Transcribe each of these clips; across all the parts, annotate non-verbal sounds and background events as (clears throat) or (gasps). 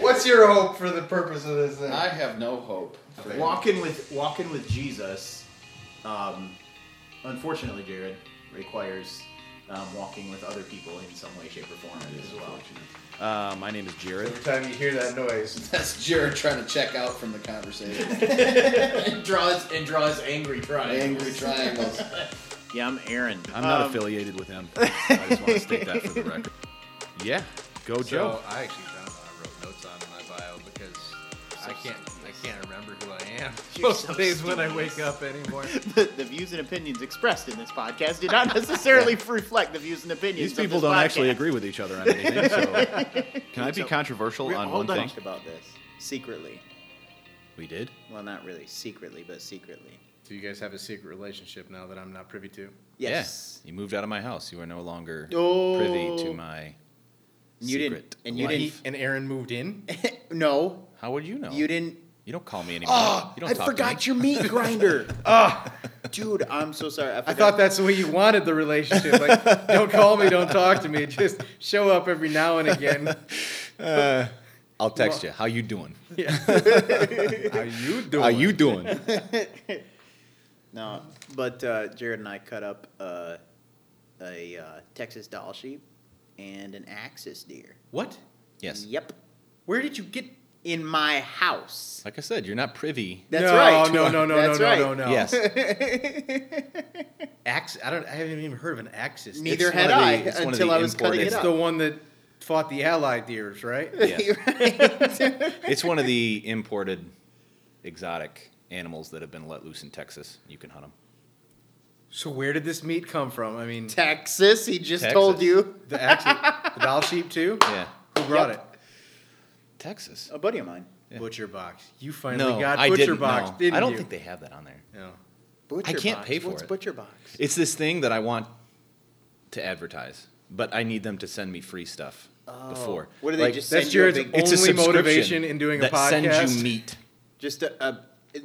What's your hope for the purpose of this thing? I have no hope. Walking with walking with Jesus, um, unfortunately, Jared requires um, walking with other people in some way, shape, or form as well. Uh, my name is Jared. Every time you hear that noise, That's Jared trying to check out from the conversation. and draws and draws angry crying. Angry triangles. Yeah, I'm Aaron. I'm not Um, affiliated with (laughs) him. I just want to state that for the record. Yeah, go Joe. So I actually found what I wrote notes on in my bio because I can't I can't remember who I am (laughs) You're most so days when I wake up anymore. the, the views and opinions expressed in this podcast do (laughs) not necessarily reflect the views and opinions. These of people this don't actually podcast. agree with each other on anything. So can I be So- controversial We on all one thing? talked about this secretly. We did. Well, not really secretly, but secretly. Do you guys have a secret relationship now that I'm not privy to? Yes. Yeah. You moved out of my house. You are no longer Oh. privy to my And you secret. didn't. And you He- didn't. and Aaron moved in. (laughs) no, How would you know? you didn't. You don't call me anymore. Ah, Oh, you don't I talk forgot to me. your (laughs) meat grinder. dude, I'm so sorry. Ah. I, I forgot. thought that's the way you wanted the relationship. Like, don't call me, don't talk to me. Just show up every now and again. (laughs) I'll text you. How you doing? (laughs) How you doing? How you doing? No, but uh, Jared and I cut up uh, a uh, Texas doll sheep and an axis deer. What? yes. Yep. Where did you get? In my house. Like I said, you're not privy. That's no, right. No, no, no, That's no, right. no, no, no. (laughs) Yes. Ax. I don't. I haven't even heard of an axis. Neither It's one had of I the- it's one of until the I was cutting imported- it It's up. the one that fought the Allied deers, right? Yeah. Right. It's one of the imported exotic animals that have been let loose in Texas. You can hunt them. So where did this meat come from? I mean, Texas, he just Texas. told you. the axis, (laughs) the doll sheep too. Yeah. Who brought Yep. Texas. A buddy of mine. it? Yeah. Butcher box. You finally No, Oh, got I butcher didn't. box, no. didn't I don't you? think they have that on there. No. Butcher can't Box. pay for What's it. Butcher Box? It's this thing that I want to advertise, but I need them to send me free stuff Oh. before. What do they just That's send you a Jared's big- It's only a subscription motivation in doing a that sends podcast? you meat. Just a, a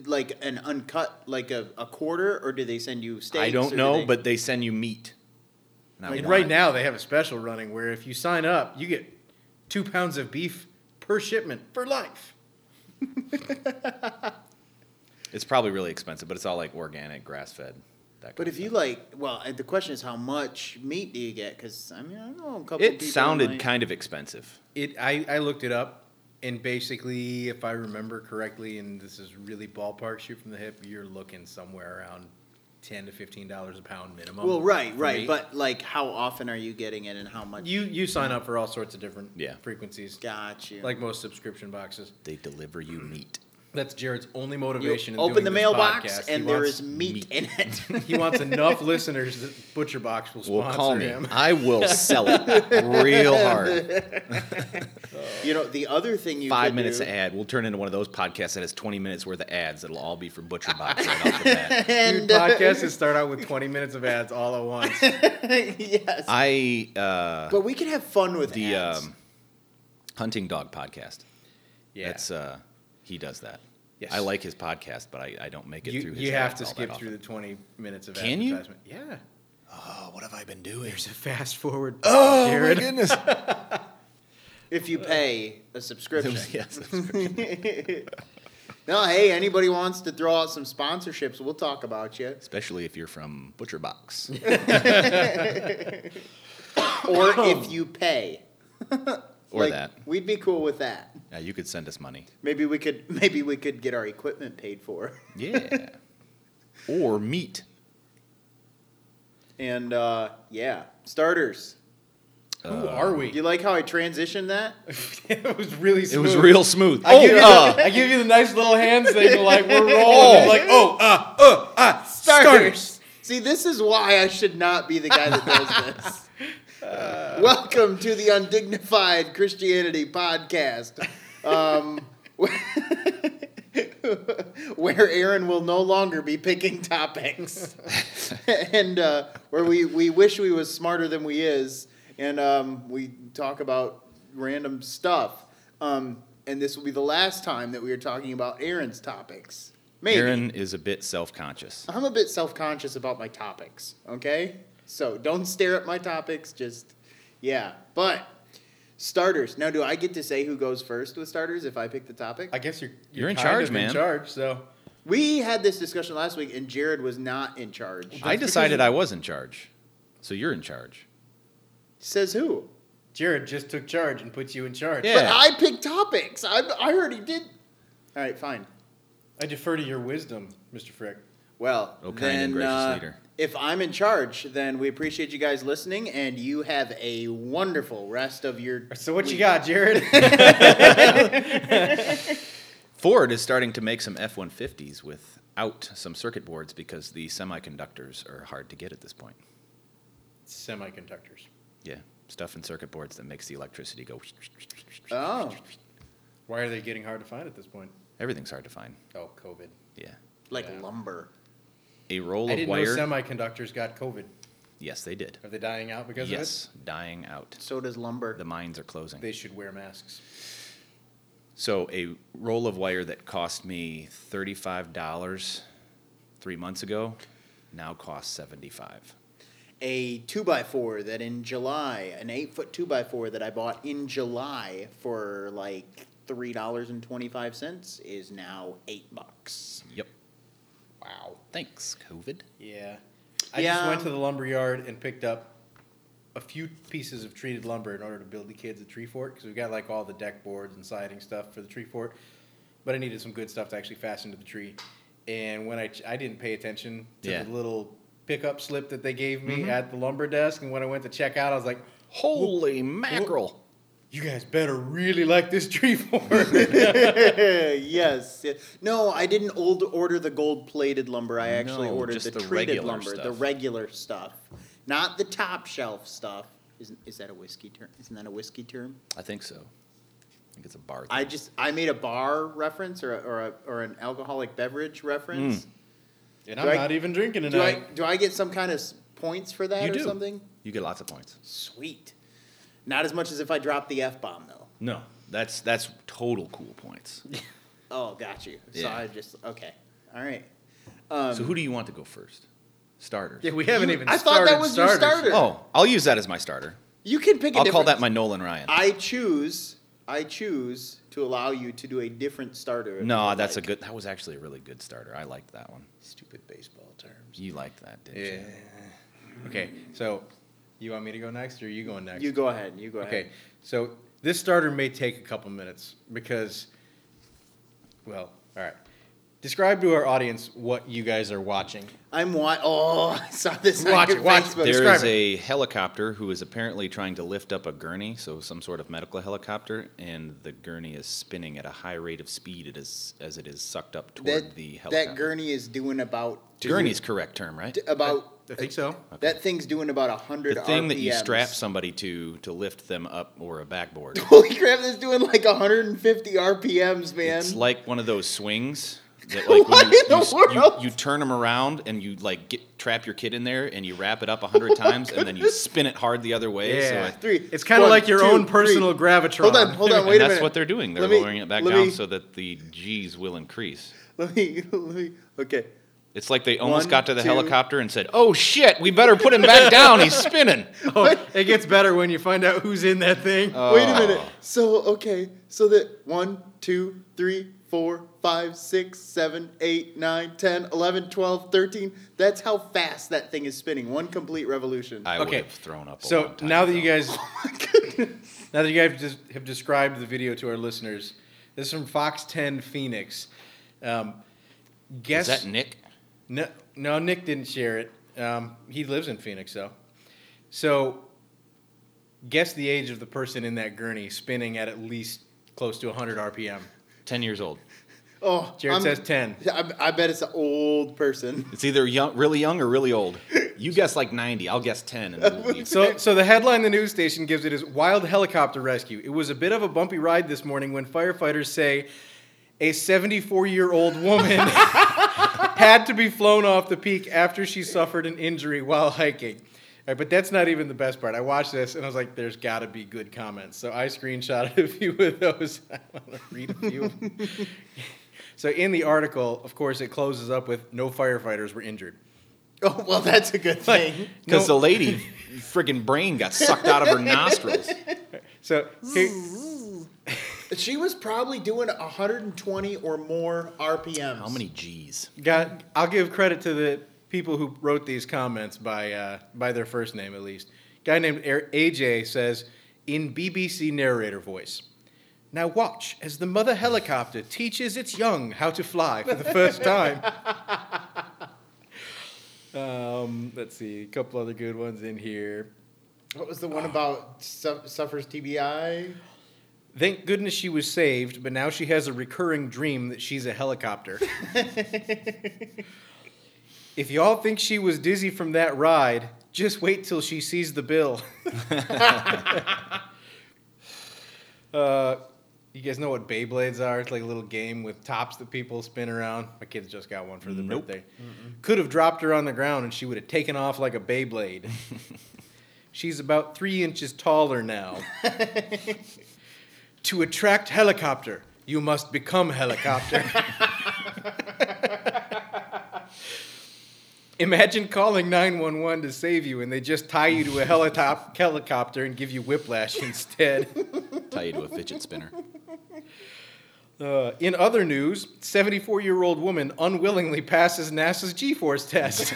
like an uncut, like a, a quarter, or do they send you steaks? I or don't do know, they- but they send you meat. And I Like want right it. now, they have a special running where if you sign up, you get two pounds of beef per shipment for life. it's probably really expensive, but it's all like organic, grass fed. That But kind of if you stuff. like, well, uh, the question is how much meat do you get? Because I mean, I know a couple. it people sounded might- kind of expensive. It. I, I looked it up, and basically, if I remember correctly, and this is really ballpark shoot from the hip, you're looking somewhere around ten to fifteen dollars a pound minimum. Well, right, for right, meat. but like, how often are you getting it, and how much? you you sign up for all sorts of different Yeah. frequencies, got you. like most subscription boxes. They deliver (clears throat) you meat. That's Jared's only you motivation. in open doing the this mailbox, podcast. He and there wants- is meat, in (laughs) it. He wants enough listeners that Butcher Box will Well, sponsor call me. him. (laughs) I will sell it real hard. you know, the other thing you Five could minutes do, of ad. We'll turn into one of those podcasts that has 20 minutes worth of ads that'll all be for Butcher Box right off (laughs) the bat. and Dude, podcasts that start out with 20 minutes of ads all at once. (laughs) yes, Ah. I uh, but we could have fun with the ads. um, hunting dog podcast. Yeah. That's uh, he does that. Yes. I like his podcast, but I, I don't make it you through. His you have ads to all that skip often. through the 20 minutes of Can you? advertisement. You? Yeah. Oh, what have I been doing? There's a fast forward. oh Jared. (laughs) my goodness! if you pay a subscription. (laughs) (laughs) yes, (laughs) no, hey, anybody wants to throw out some sponsorships, we'll talk about you. especially if you're from (laughs) Butcher Box. (laughs) Or if you pay. Or Like, that. We'd be cool with that. Yeah, you could send us money. Maybe we could (laughs) maybe we could get our equipment paid for. (laughs) (laughs) Yeah. or meat. And uh, yeah, starters. Who Uh, are we? You like how I transitioned that? (laughs) it was really It smooth. was real smooth. oh. I, give you the, uh, I give you the nice little hand signal like (laughs) we're rolling. Like, oh, uh, uh, uh, starters. See, this is why I should not be the guy that does this. Uh, Welcome to the Undignified Christianity Podcast, um, (laughs) where Aaron will no longer be picking topics, (laughs) and uh, where we, we wish we was smarter than we is, and um, we talk about random stuff. Um, and this will be the last time that we are talking about Aaron's topics. Maybe. Aaron is a bit self-conscious. I'm a bit self conscious about my topics, okay? So don't stare at my topics, just, yeah. But Starters. Now, do I get to say who goes first with starters if I pick the topic? I guess you're You're in kind charge, of man. In charge, so we had this discussion last week, and Jared was not in charge. I decided I was in charge, so you're in charge. Says who? Jared just took charge and puts you in charge. Yeah. But I picked topics. I, I already did. All right, fine. I defer to your wisdom, Mr. Frick. Well, Oh, kind then, and gracious uh, leader. if I'm in charge, then we appreciate you guys listening, and you have a wonderful rest of your. So what you week. got, (laughs) Jared? (laughs) Ford is starting to make some F 150s without some circuit boards because the semiconductors are hard to get at this point. Semiconductors. Yeah, stuff in circuit boards that makes the electricity go. Oh, Why are they getting hard to find at this point? Everything's hard to find. Oh, COVID. Yeah. like Yeah. lumber. A roll I of didn't wire. know semiconductors got COVID. yes, they did. Are they dying out because Yes, dying out. So does lumber. The mines are of it? closing. They should wear masks. So a roll of wire that cost me thirty-five dollars three months ago now costs seventy-five. a two by four that in July, an eight foot two by four that I bought in July for like three dollars and twenty five cents is now eight bucks. (laughs) Yep. Wow. Thanks, COVID. Yeah. I just Yeah. went to the lumber yard and picked up a few pieces of treated lumber in order to build the kids a tree fort because we've got like all the deck boards and siding stuff for the tree fort. But I needed some good stuff to actually fasten to the tree. And when I, ch- I didn't pay attention to Yeah. Mm-hmm. the little pickup slip that they gave me at the lumber desk. And when I went to check out, I was like, Holy mackerel! you guys better really like this tree (laughs) fort. yes. yeah. No, I didn't old order the gold plated lumber. I actually No, ordered just the, the treated regular lumber, the stuff. regular stuff, not the top shelf stuff. Isn't is that a whiskey term? Isn't that a whiskey term? I think so. I think it's a bar. I thing. just I made a bar reference or a, or, a, or an alcoholic beverage reference. Mm. and Do I'm I- not even drinking Do I tonight. do I get some kind of s- points for that You or do. something? you get lots of points. Sweet. Not as much as if I dropped the f bomb though. No, that's that's total cool points. Oh, got you. So Yeah. I just okay. All right. Um, so who do you want to go first? Starters. yeah, we haven't You- even I thought that started was your starters starter. yet. oh, I'll use that as my starter. you can pick. A I'll call different- that my Nolan Ryan. I choose. I choose to allow you to do a different starter. if you no, would that's like. a good. That was actually a really good starter. I liked that one. Stupid baseball terms. You liked that, didn't Yeah. you? Okay, so you want me to go next, or are you going next? You go ahead. You go Okay, ahead. so this starter may take a couple minutes because, well, all right. Describe to our audience what you guys are watching. I'm wa- Oh, (laughs) I saw this. Watch on your it, watch it. Facebook. But There describe is a helicopter who is apparently trying to lift up a gurney, so some sort of medical helicopter, and the gurney is spinning at a high rate of speed it is, as it is sucked up toward That, the helicopter. that gurney is doing about Gurney's correct term, right? d- about I think so. that thing's doing about hundred. The thing that you strap RPMs. somebody to to lift them up or a backboard. Holy crap! That's doing like 150 RPMs, man. It's like one of those swings (laughs) that like What when you, in the you, s- you- world? you turn them around and you like get trap your kid in there and you wrap it up a (laughs) hundred times and then you spin it hard the other way. So Yeah, I- Three. It's kind of One, like your two, own personal three. gravitron. Hold on, hold on, and wait a that's minute. what they're doing. They're Let me- lowering it back let down me- so that the G's will increase. Let me, (laughs) let me. Okay. It's like they almost One, got to the two. helicopter and said, "Oh shit, we better put him back down. He's (laughs) spinning." Oh, (laughs) it gets better when you find out who's in that thing. Wait Oh. a minute. So okay, so that one, two, three, four, five, six, seven, eight, nine, 10, 11, 12, 13. That's how fast that thing is spinning. One complete revolution. I would Okay. have thrown up. A so long time now that you ago. (laughs) Oh guys (laughs) Now that you guys just have described the video to our listeners, this is from Fox 10 Phoenix. Um, guess is that Nick? no, no, Nick didn't share it. Um, he lives in Phoenix, though. So, guess the age of the person in that gurney spinning at at least close to 100 RPM. Ten years old. oh, Jared I'm- says 10. I, I bet it's an old person. (laughs) It's either young, really young, or really old. You guess like ninety. I'll guess ten. And we'll (laughs) be- So, so the headline the news station gives it is wild helicopter rescue. It was a bit of a bumpy ride this morning when firefighters say a 74-year-old woman (laughs) had to be flown off the peak after she suffered an injury while hiking. All right, but that's not even the best part. I watched this and I was like, "There's got to be good comments." So I screenshotted a few of those. (laughs) I want to read a few. of them. so in the article, of course, it closes up with no firefighters were injured. Oh well, that's (laughs) a good thing. Because No- (laughs) the lady, friggin' brain got sucked out of her nostrils. So here, She was probably doing 120 or more RPMs. How many G's? Got. I'll give credit to the people who wrote these comments by uh, by their first name at least. Guy named Air- AJ says in BBC narrator voice. Now watch as the mother helicopter teaches its young how to fly for the first time. (laughs) um, let's see a couple other good ones in here. What was the Ah. one about su- suffers TBI? Thank goodness she was saved, but now she has a recurring dream that she's a helicopter. if y'all think she was dizzy from that ride, just wait till she sees the bill. (laughs) uh, you guys know what Beyblades are? It's like a little game with tops that people spin around. My kids just got one for their Nope. birthday. Could have dropped her on the ground and she would have taken off like a Beyblade. She's about three inches taller now. to attract helicopter, you must become helicopter. Imagine calling 911 to save you and they just tie you to a helitop- helicopter and give you whiplash instead. Tie you to a fidget spinner. Uh, in other news, 74 year old woman unwillingly passes NASA's G force test.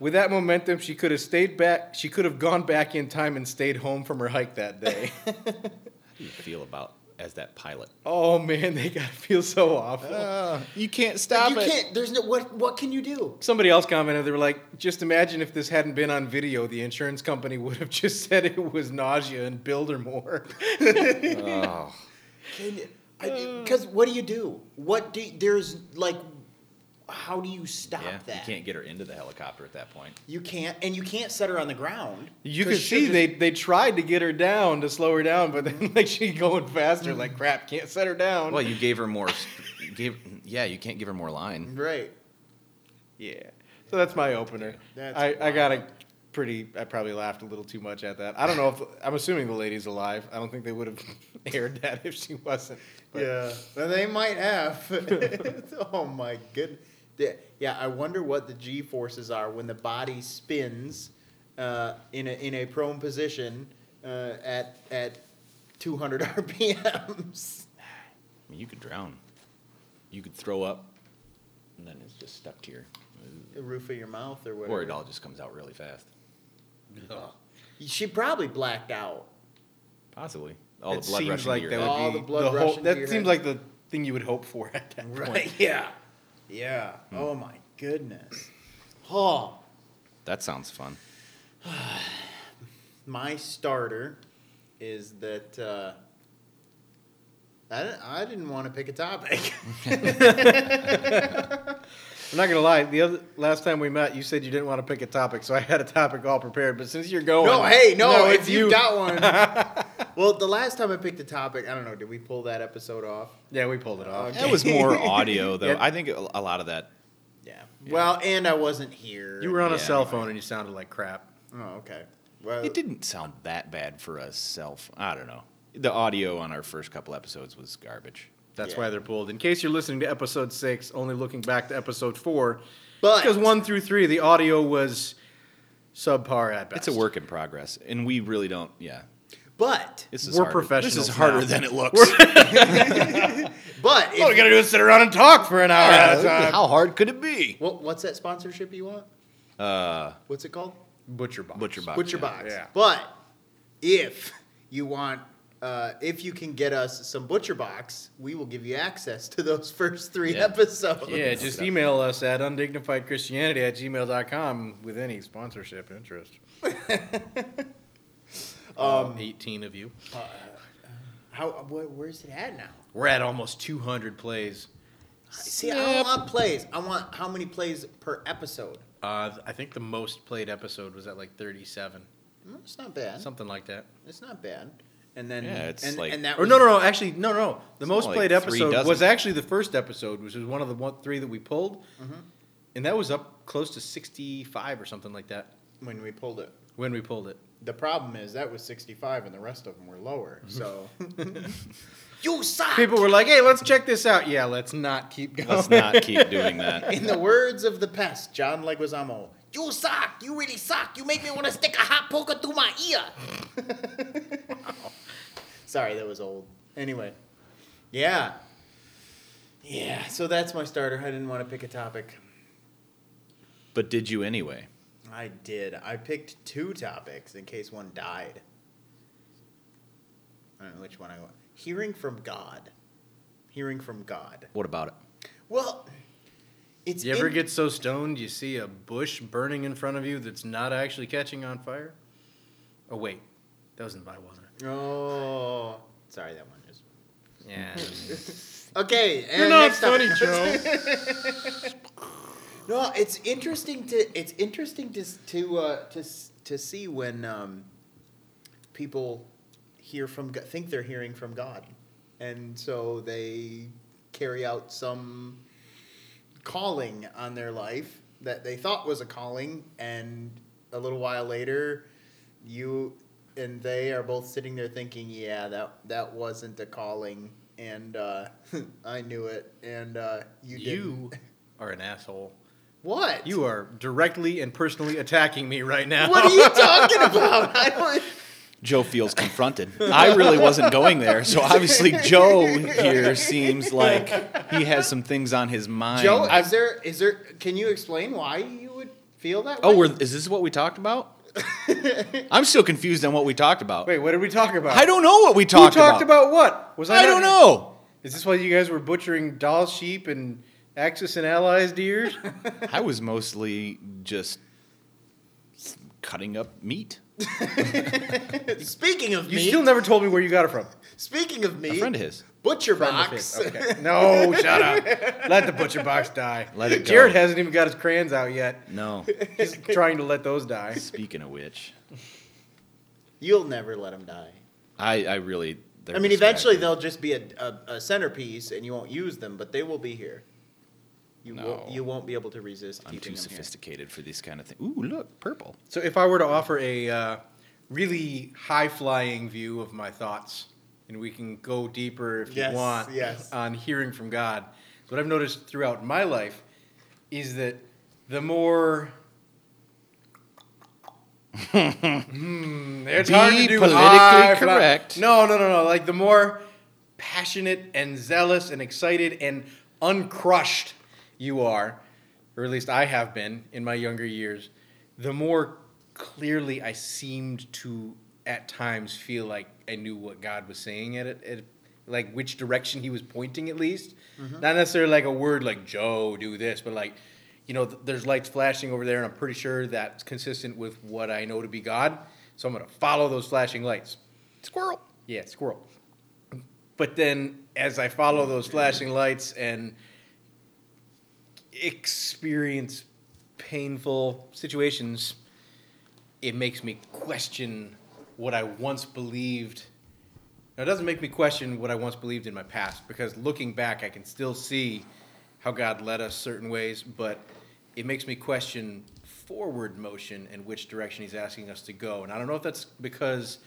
With that momentum, she could have stayed back. She could have gone back in time and stayed home from her hike that day. How do you feel about as that pilot? oh man, they gotta feel so awful. you can't stop you can't. There's no. What What can you do? Somebody else commented. They were like, "Just imagine if this hadn't been on video, the insurance company would have (laughs) just said it was nausea and billed her more." Can Because what do you do? What do there's like? How do you stop Yeah, that? you can't get her into the helicopter at that point. You can't- and you can't set her on the ground. (laughs) You 'cause could she'll see they, they tried to get her down to slow her down, but then like she going faster, Mm-hmm. like crap, can't set her down. Well, you gave her more. you gave yeah, you can't give her more line. Right. yeah. So that's my opener. That's I, I got a pretty I probably laughed a little too much at that. I don't know if I'm assuming the lady's alive. I don't think they would have (laughs) aired that if she wasn't. But Yeah, well, they might have. (laughs) oh my goodness. Yeah, I wonder what the G forces are when the body spins uh, in a in a prone position uh, at at (laughs) 200 RPMs. I mean, you could drown. You could throw up, and then it's just stuck to your. The roof of your mouth or Or it whatever. all just comes out really fast. She probably blacked out. Possibly. All it the blood seems rushing like to your that head. would All be the blood whole- rushing to that your seems head. like the thing you would hope for at that point. (laughs) Hmm. Yeah. Yeah. Oh my goodness. Oh, That sounds fun. my starter is that uh, I didn't, I didn't want to pick a topic. (laughs) I'm not gonna lie. The other last time we met, you said you didn't want to pick a topic, so I had a topic all prepared. But since you're going, No, hey, no, No, if it's you you. got one. (laughs) well, the last time I picked a topic, I don't know, did we pull that episode off? yeah, we pulled it off. That was more audio, though. Yeah. I think a a lot of that. Yeah. Well, and I wasn't here. You were on a Yeah, cell phone and you sounded like crap. Oh, okay. Well, It didn't sound that bad for us. Self, I don't know. The audio on our first couple episodes was garbage. That's Yeah. why they're pulled. In case you're listening to episode six, only looking back to episode four, But because one through three, the audio was subpar at best. It's a work in progress, and we really don't. Yeah, but this is We're harder. This professionals is harder now. than it looks. but if, All we gotta do is sit around and talk for an hour at a time. How hard could it be? What- what's that sponsorship you want? Uh, What's it called? Butcher box. butcher box. Butcher yeah. Box. Yeah. But if you want, uh, if you can get us some Butcher Box, we will give you access to those first three Yeah. episodes. Yeah, just email us at undignifiedchristianity at gmail.com with any sponsorship interest. um, 18 of you. How? Where, where's it at now? We're at almost 200 plays. See, I don't want plays. I want how many plays per episode. Uh, I think the most played episode was at like 37, Mm, It's not bad. something like that. It's not bad. And then Yeah, it's and, like- and that Or was, no, no, no. Actually, no, no. The most like played three episode dozen. was actually the first episode, which was one of the one, three that we pulled, and that was up close to sixty-five or something like that When we pulled it, when we pulled it. the problem is that was 65, and the rest of them were lower. (laughs) So (laughs) you suck. People were like, "Hey, let's check this out." (laughs) Yeah, let's not keep going. Let's not keep doing that. In the words of the pest, John Leguizamo, You suck. You really suck. You make me want to stick a hot poker through my ear. (laughs) Sorry, that was old. Anyway, yeah, yeah. So that's my starter. I didn't want to pick a topic. But did you anyway? I did. I picked two topics in case one died. I don't know which one I want. Hearing from God. Hearing from God. What about it? Well, it's You ever in- get so stoned you see a bush burning in front of you that's not actually catching on fire? Oh wait, that was in Bywater. Oh, sorry, that one is. Yeah. Okay, and You're not next funny, topic. Joe. No, it's interesting to it's interesting to s- to uh, to s- to see when um, people hear from Go- think they're hearing from God, and so they carry out some calling on their life that they thought was a calling, and a little while later, you and they are both sitting there thinking, "Yeah, that that wasn't a calling." And uh, (laughs) I knew it, and uh, you You didn't. (laughs) are an asshole. what You are directly and personally attacking me right now. What are you talking about? I don't. Joe feels confronted. I really wasn't going there, so obviously Joe here seems like he has some things on his mind. (laughs) Joe, is there is there? Can you explain why you would feel that? oh, way? we're, is this what we talked about? I'm still confused on what we talked about. Wait, what did we talk about? I don't know what we Who talked, talked about. about what? Was I not- don't know. Is this why you guys were butchering doll sheep and Axis and Allies (laughs) deer? I was mostly just cutting up meat. (laughs) speaking of you meat. still never told me where you got it from. speaking of A meat. friend of his. Butcher Friend of box. (laughs) his. Okay. No, shut up. Let the butcher box die. Let it go. Jared hasn't even got his crayons out yet. No. He's trying to let those die. (laughs) Speaking of which, You'll never let him die. I, I really. I mean, eventually they'll just be a, a, a centerpiece, and you won't use them, but they will be here. You No. won't. You won't be able to resist. I'm keeping too them here. sophisticated for these kind of things. Ooh, look, purple. So if I were to offer a uh, really high flying view of my thoughts, and we can go deeper if Yes, you want yes. on hearing from God, what I've noticed throughout my life is that the (laughs) more Hmm, it's Be hard to do politically high fly- correct. No, no, no, no. Like the more passionate and zealous and excited and uncrushed you are, or at least I have been in my younger years, the more clearly I seemed to at times feel like I knew what God was saying at it, at, like which direction He was pointing at least. Not necessarily like a word like Joe, do this, but like, you know, th- there's lights flashing over there, and I'm pretty sure that's consistent with what I know to be God. So I'm going to follow those flashing lights. Squirrel. Yeah, squirrel. But then as I follow those flashing lights and experience painful situations, it makes me question what I once believed. Now, it doesn't make me question what I once believed in my past because looking back, I can still see how God led us certain ways, but it makes me question forward motion and which direction He's asking us to go. And I don't know if that's because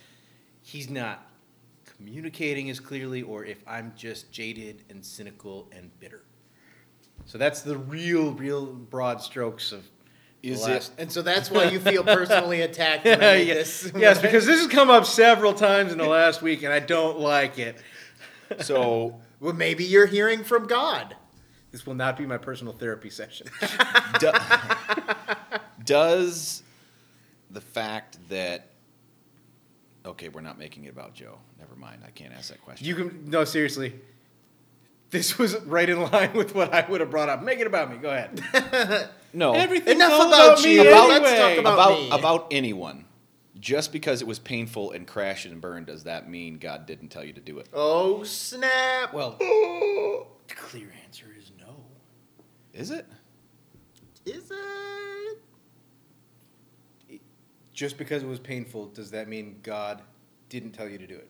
he's not communicating as clearly or if I'm just jaded and cynical and bitter. So that's the real, real broad strokes of the Is last- it? And so that's why you (laughs) feel (laughs) personally attacked. When I made yes, this. yes, because this has come up several times in the last week, and I don't like it. So (laughs) well, maybe you're hearing from God. This will not be my personal therapy session. (laughs) do- (laughs) does the fact that okay, we're not making it about Joe. Never mind. I can't ask that question. You can no, seriously. This was right in line with what I would have brought up. Make it about me. Go ahead. no. Everything's Enough all about me you. Anyway. About- Let's talk about about me. about anyone. Just because it was painful and crashed and burned, does that mean God didn't tell you to do it? Oh snap! (gasps) well. The clear answer is no. Is it? Is it? just because it was painful, does that mean God didn't tell you to do it?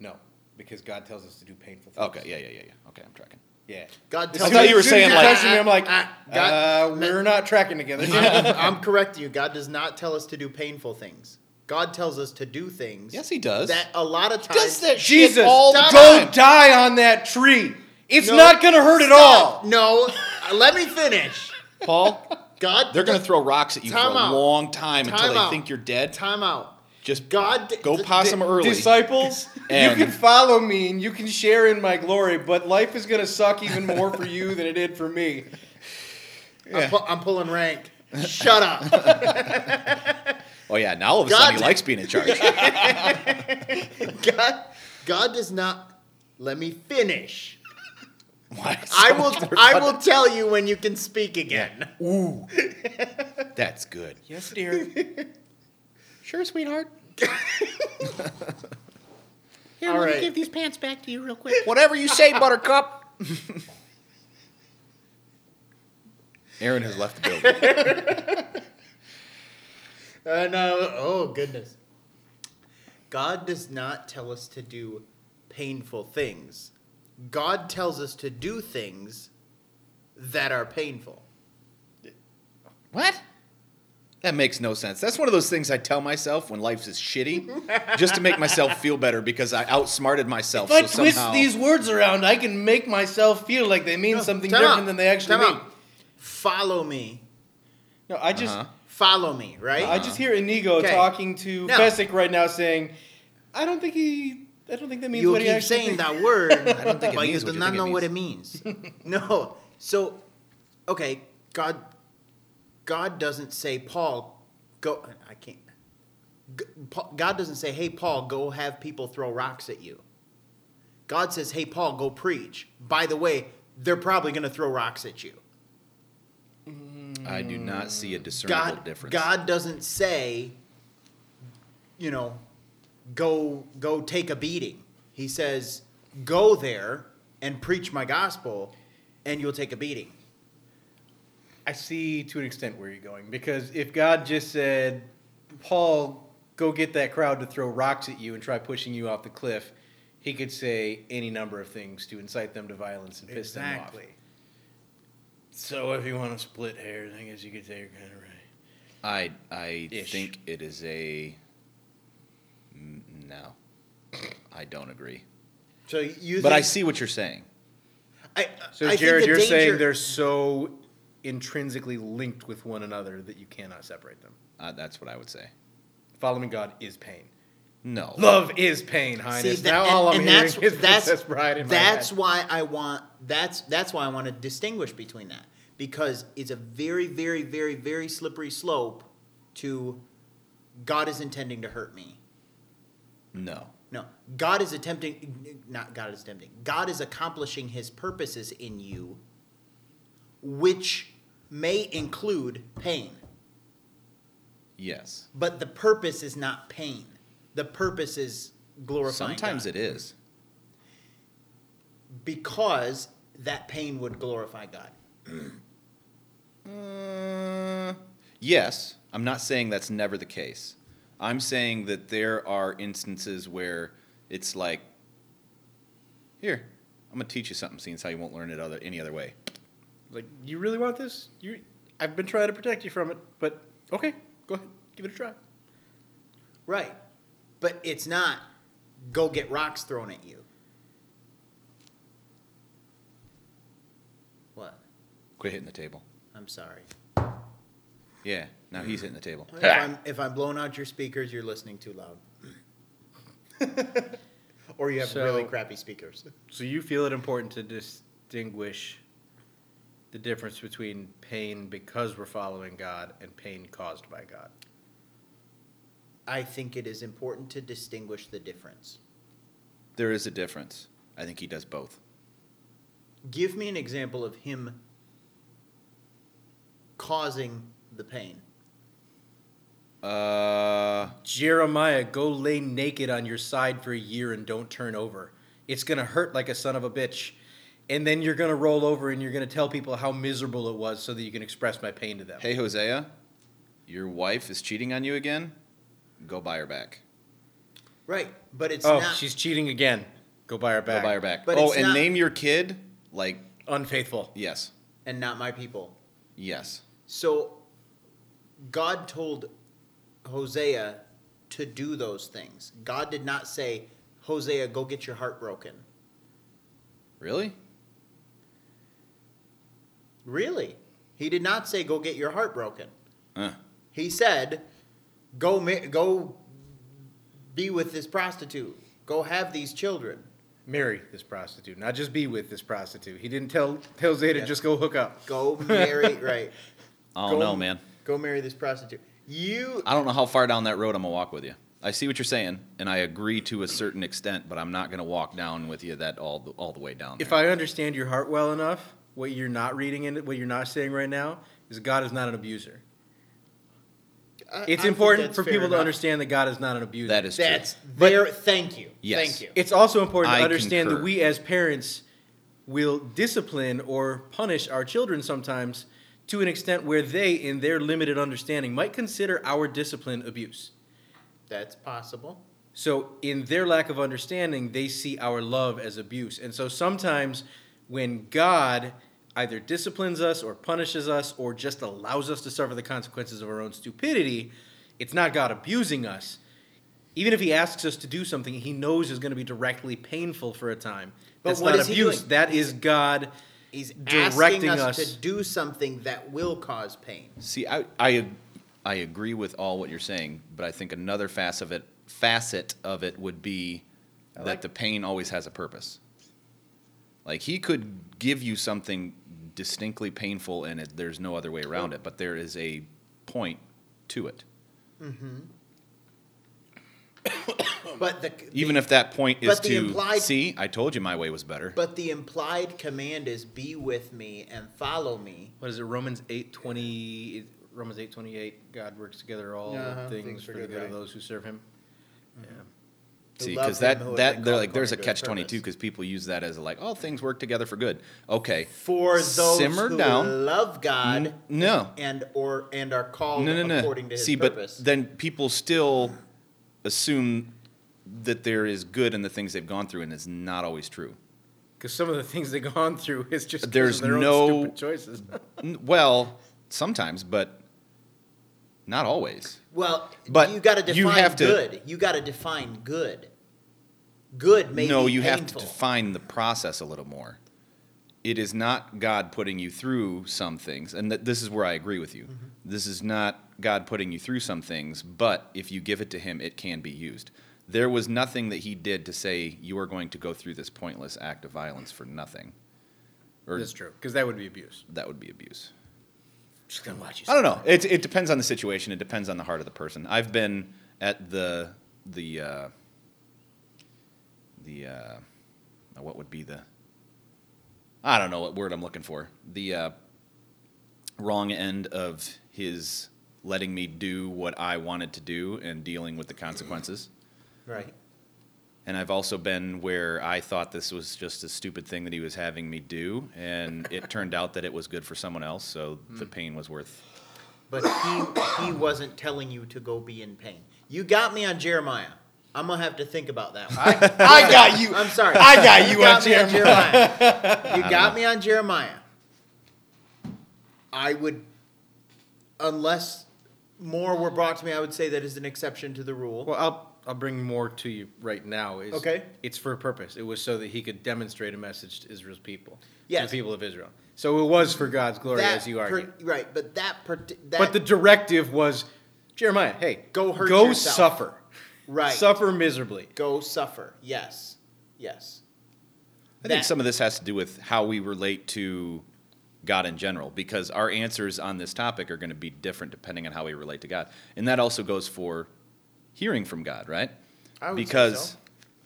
No, because God tells us to do painful things. Okay. Yeah. Yeah. Yeah. Yeah. Okay. I'm tracking. yeah. God I tells thought you were As soon as saying, you like- texted me, I'm like, Ah, God- uh, we're not tracking together. (laughs) I'm, (laughs) I'm correcting you. God does not tell us to do painful things. God tells us to do things. Yes, he does. That a lot of times. Does that Jesus, shit all the stop. go time. die on that tree. It's No, not gonna hurt at Stop. all. No, uh, let me finish. (laughs) Paul, God, They're going to throw rocks at you Time for a out. long time, until Time they out. think you're dead. time out. Just God, go d- possum d- early. (laughs) Disciples, you And- can follow me and you can share in my glory, but life is going to suck even more for you than it did for me. I'm, pu- I'm pulling (laughs) rank. Shut up. (laughs) oh yeah, now all of a God sudden he damn- likes being in (laughs) charge. (laughs) God, God does not let me finish. Why I so (laughs) will. much more I fun? will tell you when you can speak again. (laughs) That's good. Yes, dear. Sure, sweetheart. All right. these pants back to you real quick. Whatever you say, Buttercup. (laughs) Aaron has left the (laughs) building. Uh, no. Oh goodness. God does not tell us to do painful things. God tells us to do things that are painful. what? That makes no sense. That's one of those things I tell myself when life is shitty, just to make myself feel better because I outsmarted myself. If I so twist somehow, these words around, I can make myself feel like they mean No, something time different out, than they actually time mean. out. Follow me. No, I just Uh-huh. Follow me. Right. I just hear Inigo Okay. talking to Now- Fesick right now saying, I don't think he I don't think that means You'll what he keep actually saying thinks." that (laughs) word, don't think it but you means do what you not think it know what it means. (laughs) (laughs) no. So, okay, God, God doesn't say, Paul, go. I can't. G- Paul- God doesn't say, "Hey, Paul, go have people throw rocks at you." God says, "Hey, Paul, go preach." By the way, they're probably going to throw rocks at you. I do not see a discernible God, difference. God doesn't say, you know, go go take a beating. He says, go there and preach my gospel, and you'll take a beating. I see to an extent where you're going because if God just said, Paul, go get that crowd to throw rocks at you and try pushing you off the cliff, he could say any number of things to incite them to violence and piss them off. So if you want to split hairs, I guess you could say you're kind of right. I I Ish. think it is a n- no. I don't agree. So you, But I think- see what you're saying. I, So I think Jared, the you're saying danger- they're so intrinsically linked with one another that you cannot separate them. Uh, that's what I would say. Following God is pain. No. Love is pain, Highness. now all I'm hearing is (laughs) Princess Bride in my head. that's why I want that's that's why I want to distinguish between that because it's a very very very very slippery slope to God is intending to hurt me. No. No, God is attempting, not God is attempting, God is accomplishing his purposes in you, which may include pain, Yes. but the purpose is not pain. The purpose is glorifying Sometimes God. it is. Because that pain would glorify God. Uh, yes, I'm not saying that's never the case. I'm saying that there are instances where it's like, here, I'm gonna teach you something, seeing as how you won't learn it other any other way. like, you really want this? You, I've been trying to protect you from it, but okay, go ahead, give it a try. Right. But it's not go get rocks thrown at you. What? Quit hitting the table. I'm sorry. Yeah. Now he's hitting the table. If I'm, if I'm blowing out your speakers, you're listening (laughs) too loud. or you have So- really crappy speakers. So you feel it important to distinguish the difference between pain because we're following God and pain caused by God. I think it is important to distinguish the difference. There is a difference. I think he does both. Give me an example of him causing the pain. Uh, Jeremiah, go lay naked on your side for a year and don't turn over. It's going to hurt like a son of a bitch. And then you're going to roll over and you're going to tell people how miserable it was so that you can express my pain to them. hey Hosea, your wife is cheating on you again. Go buy her back. Right, but it's oh, not. she's cheating again. Go buy her back. Go buy her back. But oh, it's and not- name your kid like Unfaithful. yes, and not my people. yes. So God told Hosea to do those things. God did not say, Hosea, go get your heart broken. Really? Really? He did not say go get your heart broken. Uh, He said, "Go, ma- go, be with this prostitute. Go have these children." marry this prostitute, not just be with this prostitute. He didn't tell tell Zay to just go hook up. (laughs) Go marry, right? I Go- don't know, man. Go marry this prostitute. You I don't know how far down that road I'm gonna walk with you. I see what you're saying, and I agree to a certain extent, but I'm not gonna walk down with you that all the, all the way down. If there. I understand your heart well enough, what you're not reading in it, what you're not saying right now, is God is not an abuser. I- I It's think important that's for fair people to enough. understand that God is not an abuser. that is true. That's But- there. Thank you. Yes. Thank you. It's also important to I understand that concur. we as parents will discipline or punish our children sometimes to an extent where they, in their limited understanding, might consider our discipline abuse. That's possible. So, in their lack of understanding, they see our love as abuse. And so, sometimes when God either disciplines us or punishes us or just allows us to suffer the consequences of our own stupidity, it's not God abusing us. Even if He asks us to do something He knows is going to be directly painful for a time, But that's what not is He abuse. doing? That is God. He's Directing asking us, us- to do something that will cause pain. See, I, I I agree with all what you're saying, but I think another facet of it facet of it would be that the pain always has a purpose. Like he could give you something distinctly painful, and it, there's no other way around it. But there is a point to it, But the Oh, even if that point is But the to implied- see. I told you my way was better. but the implied command is be with me and follow me. What is it? Romans eight twenty. Romans eight twenty eight. God works together all Uh-huh, things, things for for the good, good of right. those who serve Him. Yeah. to See, love because that that him who has been they're called like there's a according to his catch twenty two purpose. because people use that as a like all things work together for good. Okay, For those Simmer who down. love God N- no, and or and are called no, no, no. according to his See, purpose. but then people still assume that there is good in the things they've gone through, and it's not always true. Because some of the things they've gone through is just 'cause of There's their no- own stupid (laughs) choices. N- well, sometimes, but not always. well, but you got to define you have to- good. You got to define good. Good may no, be you have to painful. define the process a little more. It is not God putting you through some things, and th- this is where I agree with you. Mm-hmm. This is not God putting you through some things, but if you give it to Him, it can be used. There was nothing that He did to say you are going to go through this pointless act of violence for nothing, or That's true. Because that would be abuse. that would be abuse. Just gonna watch you. I don't know. It, it depends on the situation. It depends on the heart of the person. I've been at the the uh, the uh, what would be the I don't know what word I'm looking for. The uh, wrong end of his letting me do what I wanted to do and dealing with the consequences. right. And I've also been where I thought this was just a stupid thing that he was having me do, and it turned out that it was good for someone else, so the pain was worth But he he wasn't telling you to go be in pain. You got me on Jeremiah. I'm gonna have to think about that. One. I, I got you. I'm sorry. I got you on me Jeremiah. You got me on Jeremiah. I would, unless more were brought to me, I would say that is an exception to the rule. Well, I'll I'll bring more to you right now. Is Okay. It's for a purpose. It was so that he could demonstrate a message to Israel's people. To Yes. the people of Israel. So it was for God's glory, That as you per- argue. right, but that, parti- that but the directive was, Jeremiah, hey, Go hurt go yourself. suffer, right suffer miserably. go suffer. Yes, yes. I think That- some of this has to do with how we relate to God in general, because our answers on this topic are going to be different depending on how we relate to God. And that also goes for hearing from God, right? I would say because so.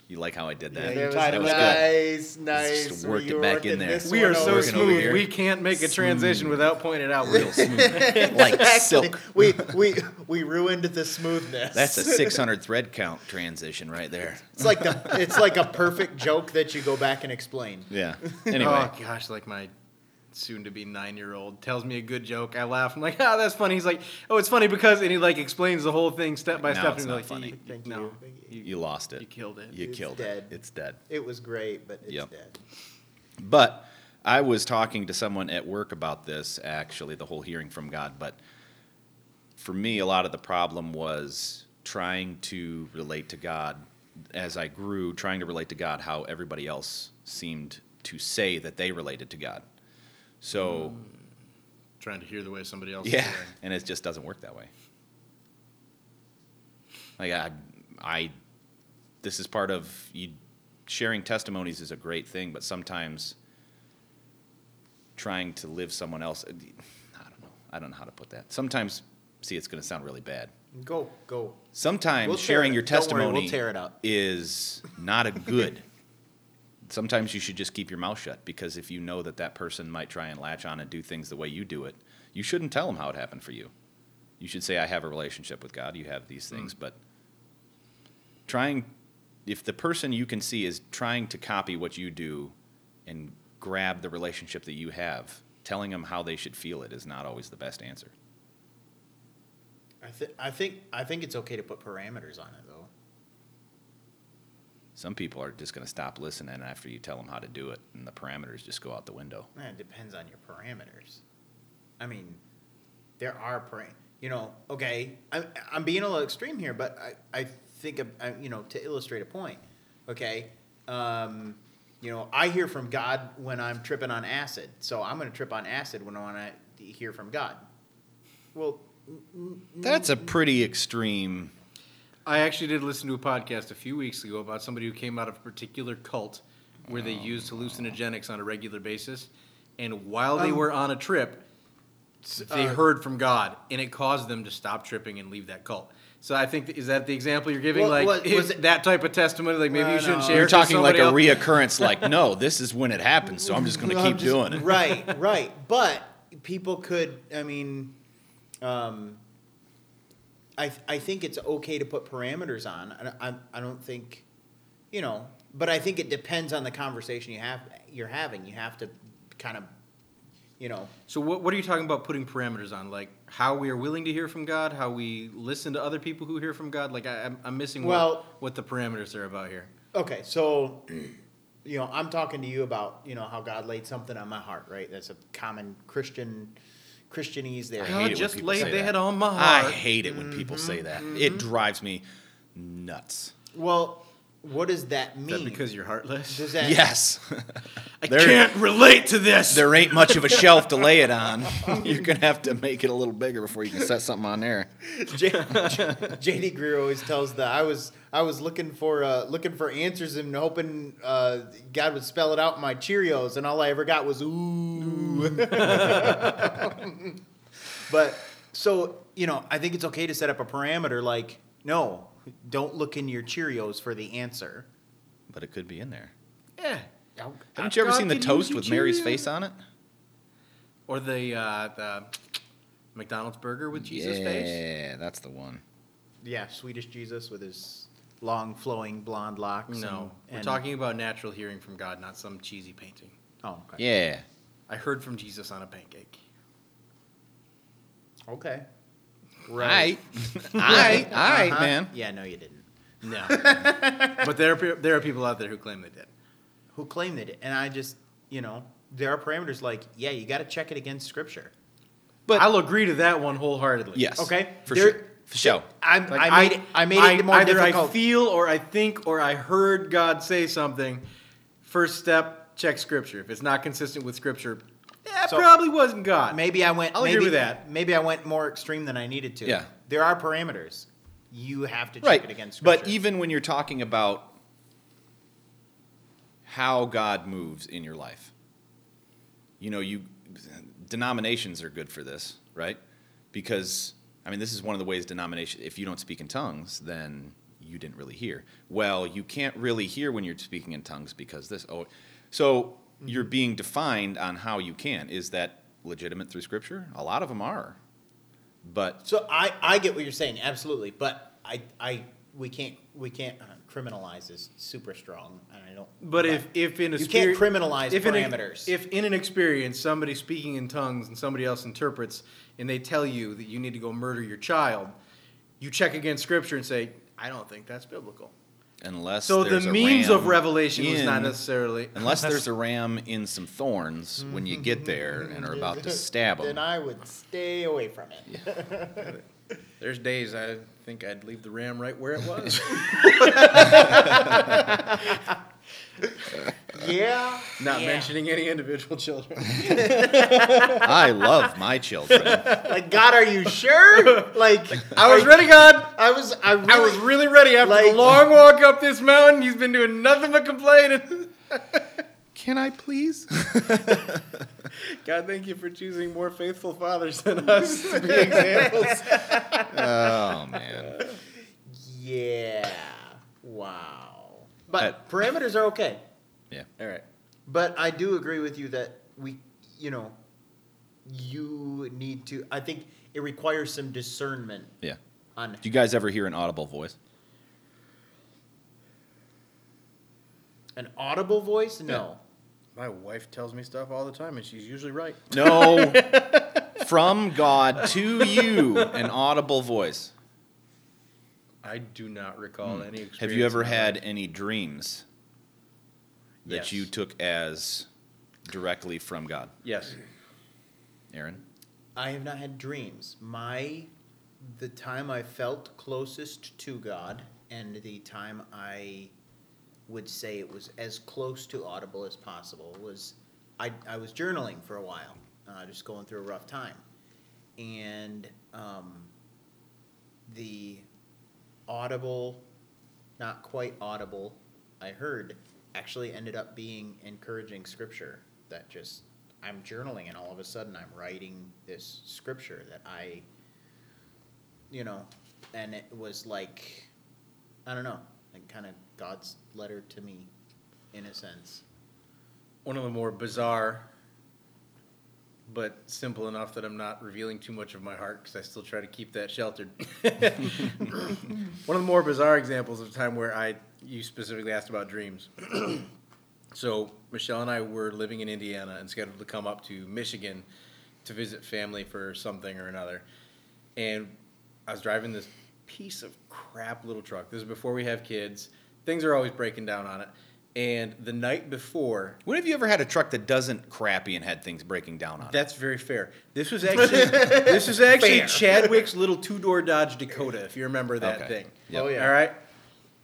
you like how I did Yeah, that. you tied that it was up. good. nice, nice. just worked You it were back working in there. this We one are so over. (laughs) Working over smooth. here. We can't make a transition without pointing it out. Real smooth, like silk. we we we ruined the smoothness. That's (laughs) a 600 thread count transition right there. It's like the it's like a perfect joke that you go back and explain. Yeah. Anyway, Uh, Oh gosh, like my soon-to-be nine-year-old tells me a good joke. I laugh. I'm like, ah, that's funny. He's like, oh, it's funny because, and he like explains the whole thing step by Now step. it's and you're not like, funny. "You- Thank no, you. Thank you, you lost it. you killed it. You It's killed dead. it. It's dead. It was great, but it's Yep. dead. But I was talking to someone at work about this, actually, the whole hearing from God. But for me, a lot of the problem was trying to relate to God as I grew, trying to relate to God how everybody else seemed to say that they related to God. So trying to hear the way somebody else Yeah, is hearing. and it just doesn't work that way. Like I, I, this is part of you. Sharing testimonies is a great thing, but sometimes trying to live someone else, I don't know. I don't know how to put that. Sometimes, see, it's going to sound really bad. Go, go. Sometimes We'll tear sharing it- your don't worry, testimony we'll tear it up. is not a good. Sometimes you should just keep your mouth shut because if you know that that person might try and latch on and do things the way you do it, you shouldn't tell them how it happened for you. You should say, "I have a relationship with God. You have these things." But trying, if the person you can see is trying to copy what you do and grab the relationship that you have, telling them how they should feel it is not always the best answer. I, th- I think I think it's okay to put parameters on it though. Some people are just going to stop listening after you tell them how to do it, and the parameters just go out the window. Eh, It depends on your parameters. I mean, there are par- you know. Okay, I'm I'm being a little extreme here, but I I think of- I, you know to illustrate a point. Okay, um, you know I hear from God when I'm tripping on acid, so I'm going to trip on acid when I want to hear from God. Well, That's a pretty extreme. I actually did listen to a podcast a few weeks ago about somebody who came out of a particular cult where they Oh. used hallucinogenics on a regular basis, and while Um, they were on a trip, they uh, heard from God, and it caused them to stop tripping and leave that cult. So I think is that the example you're giving, Well, like what- if was it- (laughs) that type of testimony, like maybe Well, you shouldn't no. share. Uh, You're it 'cause talking like a somebody else- reoccurrence, like, no, this is when it happens, so I'm just going to keep doing it. right, right. But people could. I mean, um, I th- I think it's okay to put parameters on. I don't- I I don't think, you know, but I think it depends on the conversation you have you're having. You have to kind of, you know, So what what are you talking about putting parameters on, like how we are willing to hear from God, how we listen to other people who hear from God? Like I, I'm, I'm missing Well- what, what the parameters are about here. Okay, so (clears throat) you know, I'm talking to you about you know how God laid something on my heart, right? That's a common Christian Christianese there. I hate it when just people laid say their that. head on my I heart. hate it when people say that. Mm-hmm. It drives me nuts. Well, what does that mean? Is that because you're heartless? (laughs) does that Yes. I There- can't relate to this. there ain't much of a shelf to lay (laughs) it on. You're going to have to make it a little bigger before you can set something on there. J- (laughs) J- JD Greer always tells the I was I was looking for uh, looking for answers and hoping uh, God would spell it out in my Cheerios, and all I ever got was ooh. (laughs) but so you know, I think it's okay to set up a parameter like no, don't look in your Cheerios for the answer. But it could be in there. yeah. Haven't you ever God, seen the did you toast eat with Mary's Cheerios? face on it? Or the uh, the McDonald's burger with Jesus yeah, face. that's the one. Yeah, Swedish Jesus with his long flowing blonde locks. No, and, we're and- talking about natural hearing from God, not some cheesy painting. Oh, okay. Yeah. I heard from Jesus on a pancake. Okay. Right. All right. All right, Uh-huh. man. Yeah, no, you didn't. No, but there are pe- there are people out there who claim they did. who claimed it. And I just, you know, there are parameters like, yeah, you got to check it against scripture. But I'll agree to that one wholeheartedly. Yes. Okay, For there- sure. For sure. I'm, Like, I made it, I made it more either difficult. I feel or I think or I heard God say something. First step, check Scripture. If it's not consistent with Scripture, that So- probably wasn't God. maybe I went. I'll maybe, agree with that. Maybe I went more extreme than I needed to. Yeah. There are parameters. You have to check right. it against scripture. but even when you're talking about how God moves in your life, you know, you denominations are good for this, right? Because I mean, this is one of the ways denomination. If you don't speak in tongues, then you didn't really hear. Well, you can't really hear when you're speaking in tongues because this. Oh, so Mm-hmm. you're being defined on how you can. Is that legitimate through Scripture? A lot of them are, but So I, I get what you're saying, absolutely. But I, I, we can't, we can't uh, criminalize this super strong. And I don't. But if, if in a You can't spiri- criminalize if in a- parameters. if in an experience somebody's speaking in tongues and somebody else interprets and they tell you that you need to go murder your child, you check against scripture and say, I don't think that's biblical. unless So there's the a means ram of revelation was in- not necessarily unless (laughs) there's a ram in some thorns when you get there and are about to stab then him. I (laughs) would stay away from it. there's days I think I'd leave the ram (laughs) right where it was. Yeah. Not Yeah. mentioning any individual children. I love my children. Like, God, are you (laughs) sure? Like, (laughs) I was ready, God. I was. I, really, I was really ready after Like- the long walk up this mountain. He's been doing nothing but (laughs) complaining. Can I please? God, thank you for choosing more faithful fathers than us to be examples. (laughs) oh man. Yeah. Wow. But That- parameters are okay. Yeah. (laughs) All right. But I do agree with you that we, you know, you need to. I think it requires some discernment Yeah. on. Do you guys ever hear an audible voice? An audible voice? No. My wife tells me stuff all the time, and she's usually right. No. (laughs) From God to you, an audible voice. I do not recall any. Experience Have you ever in my had life. any dreams that Yes. you took as directly from God, Yes. Aaron? I have not had dreams. My, the time I felt closest to God and the time I would say it was as close to audible as possible was I, I was journaling for a while, uh, just going through a rough time. And um, the audible, not quite audible, I heard actually ended up being encouraging scripture that just, I'm journaling and all of a sudden I'm writing this scripture that I, you know, and it was like, I don't know, like kind of God's letter to me in a sense. One of the more bizarre, but simple enough that I'm not revealing too much of my heart because I still try to keep that sheltered. One of the more bizarre examples of a time where I, you specifically asked about dreams. (clears throat) So Michelle and I were living in Indiana and scheduled to come up to Michigan to visit family for something or another. And I was driving this piece of crap little truck. This is before we have kids. Things are always breaking down on it. And the night before, When have you ever had a truck that doesn't crappy and had things breaking down on that's very fair. This was actually this (laughs) was actually Fair. Chadwick's little two door Dodge Dakota, if you remember that Okay. thing. Yep. Oh, yeah. All right.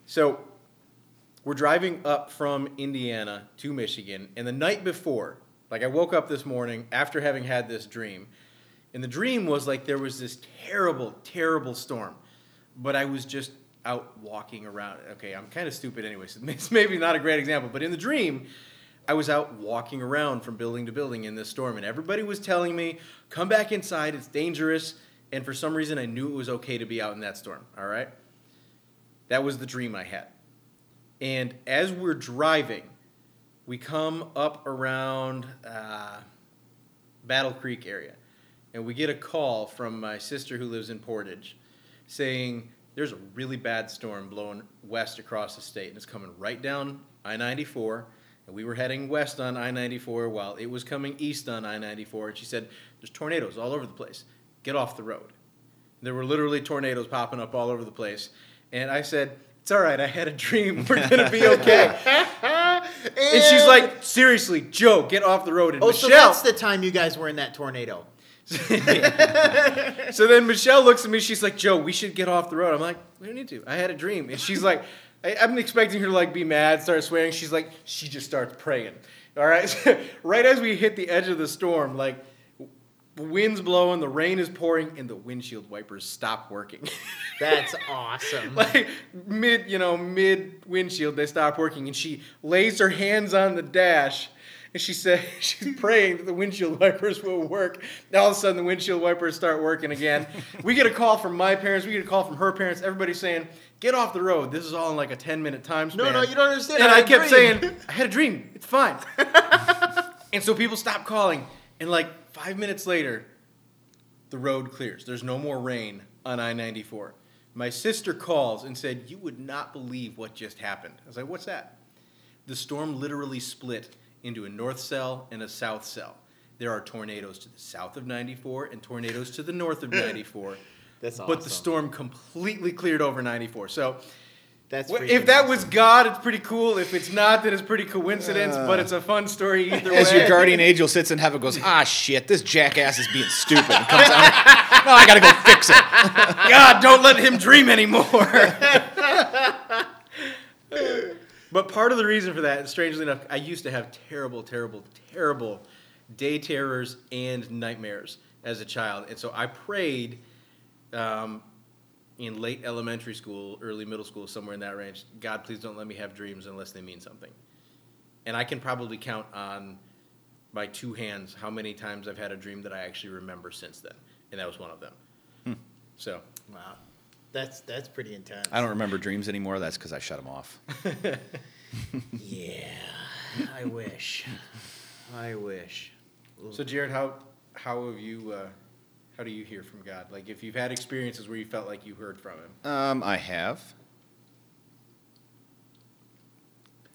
So we're driving up from Indiana to Michigan, and the night before, like I woke up this morning after having had this dream, and the dream was like there was this terrible, terrible storm, but I was just out walking around. Okay, I'm kind of stupid anyway, so (laughs) it's maybe not a great example, but in the dream, I was out walking around from building to building in this storm, and everybody was telling me, come back inside, it's dangerous. And for some reason, I knew it was okay to be out in that storm, all right? That was the dream I had. And as we're driving, we come up around uh, Battle Creek area, and we get a call from my sister who lives in Portage saying there's a really bad storm blowing west across the state, and it's coming right down I 94. And we were heading west on I 94 while it was coming east on I 94. And she said, There's tornadoes all over the place. Get off the road. There were literally tornadoes popping up all over the place. And I said, It's all right. I had a dream. (laughs) We're going to be (laughs) okay. and she's like, Seriously, Joe, get off the road. And Oh, so Michelle. that's the time you guys were in that tornado. so then Michelle looks at me. She's like, "Joe, we should get off the road." I'm like, "We don't need to. I had a dream." And she's like, I, "I'm expecting her to like be mad, start swearing." She's like, she just starts praying. All right, (laughs) So right as we hit the edge of the storm, like the wind's blowing, the rain is pouring, and the windshield wipers stop working. (laughs) That's (laughs) awesome. like mid, you know, mid windshield, they stop working, and she lays her hands on the dash, and she said (laughs) she's praying that the windshield wipers will work. Now all of a sudden, the windshield wipers start working (laughs) again. we get a call from my parents. We get a call from her parents. Everybody's saying, "Get off the road." This is all in like a ten minute time span. No, no, you don't understand. And I I had a kept dream. saying, "I had a (laughs) dream. It's fine." and so people stop calling, and like five minutes later, the road clears. There's no more rain on I 94. My sister calls and said, You would not believe what just happened. I was like, What's that? The storm literally split into a north cell and a south cell. There are tornadoes to the south of 94 and tornadoes to the north (laughs) of 94. That's But the awesome. storm completely cleared over 94. So That's wh- freaking if that was awesome. God, it's pretty cool. If it's not, then it's pretty coincidence, but it's a fun story either As way. your guardian angel sits in heaven, goes, ah, shit, this jackass is being stupid. And comes out, (laughs) no, I gotta go fix it. God, don't let him dream anymore. but But part of the reason for that, strangely enough, I used to have terrible, terrible, terrible day terrors and nightmares as a child. And so I prayed um, in late elementary school, early middle school, somewhere in that range God, please don't let me have dreams unless they mean something. And I can probably count on by two hands how many times I've had a dream that I actually remember since then. And that was one of them. So Wow, that's that's pretty intense. I don't remember dreams anymore. That's because I shut them off. Yeah, (laughs) I wish. I wish. So Jared, how how have you uh, how do you hear from God? Like if you've had experiences where you felt like you heard from Him, Um, I have.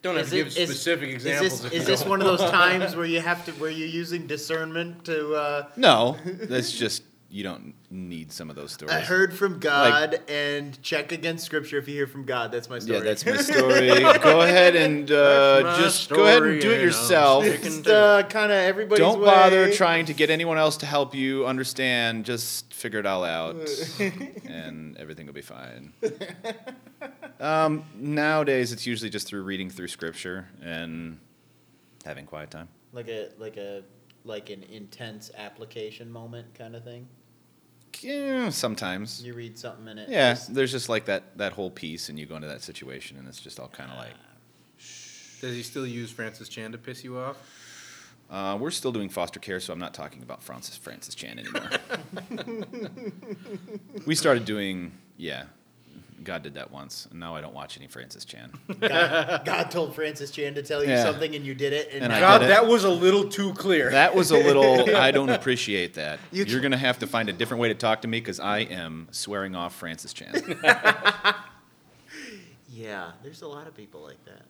don't have Is to it- give is- specific is examples. this- if Is you this don't. (laughs) one of those times where you have to, where you're using discernment to? Uh, No, that's just you don't need some of those stories. I heard from God and check against Scripture if you hear from God. That's my story. Yeah, that's my story. go ahead and uh, That's my just go ahead and story, do and it I'm yourself. sticking (laughs) It's uh, kind of everybody's Don't bother way. trying to get anyone else to help you understand. Just figure it all out, and everything will be fine. Um, nowadays, it's usually just through reading through scripture and having quiet time. like a like a like an intense application moment kind of thing. Yeah, sometimes, You read something in it. yeah. just- There's just like that that whole piece, and you go into that situation, and it's just all kind of like. Does he still use Francis Chan to piss you off? Uh, we're still doing foster care, so I'm not talking about Francis Francis Chan anymore. we started doing, yeah, God did that once, and now I don't watch any Francis Chan. (laughs) God, God told Francis Chan to tell you Yeah. something and you did it, and, And I now God, did it. that was a little too clear. That was a little. I don't appreciate that. You are gonna have to find a different way to talk to me because I am swearing off Francis Chan. (laughs) yeah, there's a lot of people like that.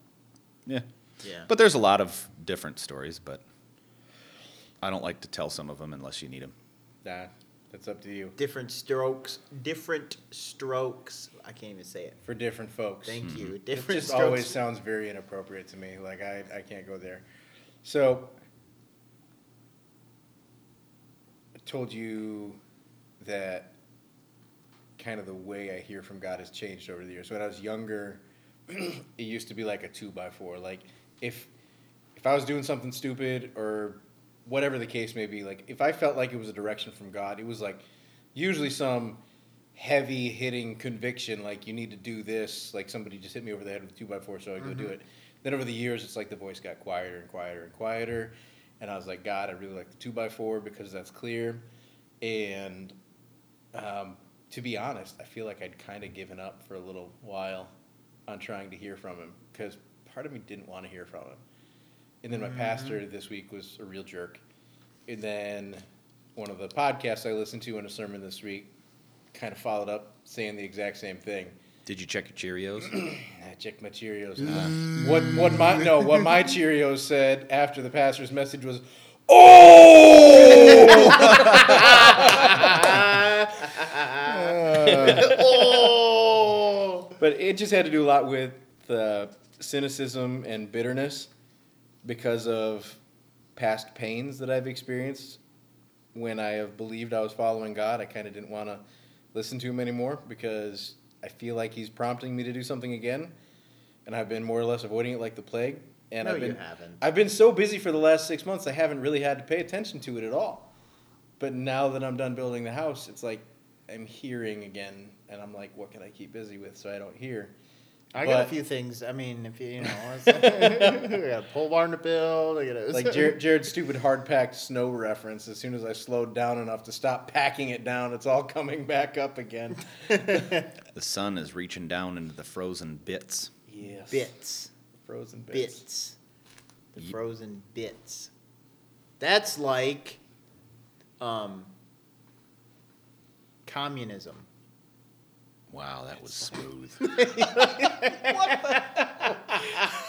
yeah, Yeah, but there's a lot of different stories, but I don't like to tell some of them unless you need them. nah, that's up to you different strokes, different strokes. I can't even say (laughs) it. for different folks. Mm-hmm. Thank you. It Different just strokes. always sounds very inappropriate to me. Like I, I can't go there. So I told you that kind of the way I hear from God has changed over the years. When I was younger, (clears throat) it used to be like a two by four. Like if if I was doing something stupid or whatever the case may be, like if I felt like it was a direction from God, it was like usually some heavy hitting conviction, like you need to do this, like somebody just hit me over the head with a two by four, so I go do it. Then over the years, it's like the voice got quieter and quieter and quieter, and I was like, God, I really like the two by four because that's clear, and um, to be honest, I feel like I'd kind of given up for a little while on trying to hear from him because part of me didn't want to hear from him. And then my pastor this week was a real jerk. And then one of the podcasts I listened to in a sermon this week kind of followed up saying the exact same thing. Did you check your Cheerios? I checked my Cheerios. now. what what my no what my Cheerios said after the pastor's message was, oh. (laughs) Oh. But it just had to do a lot with the cynicism and bitterness because of past pains that I've experienced. When I have believed I was following God, I kind of didn't want to listen to him anymore because I feel like he's prompting me to do something again, and I've been more or less avoiding it like the plague. And No, I've been, you haven't. I've been so busy for the last six months, I haven't really had to pay attention to it at all. But now that I'm done building the house, it's like I'm hearing again, and I'm like, what can I keep busy with so I don't hear? I got a But- few things. I mean, if you, (laughs) you know, it's- I got a pole barn to build. I got a, Like (laughs) Jared, Jared's stupid hard packed snow reference. As soon as I slowed down enough to stop packing it down, it's all coming back up again. the sun is reaching down into the frozen bits. Yes. bits, Frozen bits. (laughs) bits, the Ye- frozen bits. That's like, um, (laughs) communism. Wow, that was smooth. (laughs)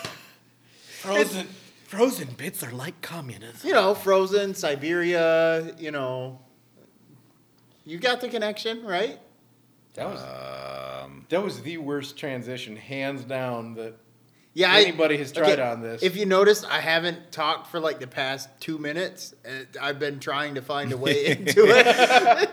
Frozen, frozen bits are like communism. You know, frozen Siberia. You know, you got the connection, right? That was um, that was the worst transition, hands down, that Yeah, I- anybody has tried okay, on this. If you noticed, I haven't talked for like the past two minutes. Uh, I've been trying to find a (laughs) way into it.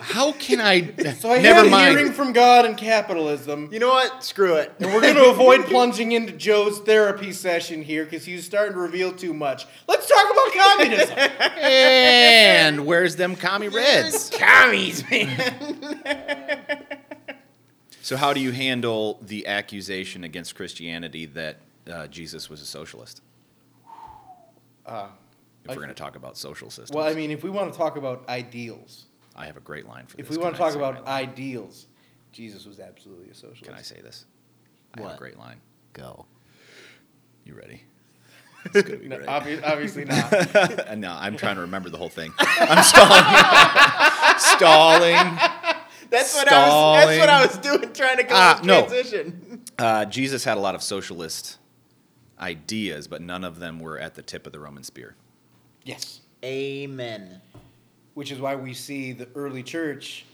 How can I? so I never had (laughs) mind. hearing from God and capitalism. you know what? Screw it. And (laughs) we're going to (laughs) avoid plunging into Joe's therapy session here because he's starting to reveal too much. Let's talk about communism. (laughs) and where's them commie reds? Commies, man. (laughs) So how do you handle the accusation against Christianity that uh, Jesus was a socialist? if we're going to talk about social systems, Uh, well, I mean, if we want to talk about ideals, I have a great line for if this. we want to Can I talk say about my line? ideals, Jesus was absolutely a socialist. can I say this? I have a What? great line. Go. You ready? (laughs) It's gonna be No, great. obvi- obviously not. (laughs) no, I'm trying to remember the whole thing. I'm stalling. (laughs) stalling. That's what I was. That's what I was Stalling. doing, trying to come Ah, up with no. transition. Uh, Jesus had a lot of socialist ideas, but none of them were at the tip of the Roman spear. yes. Amen. which is why we see the early church,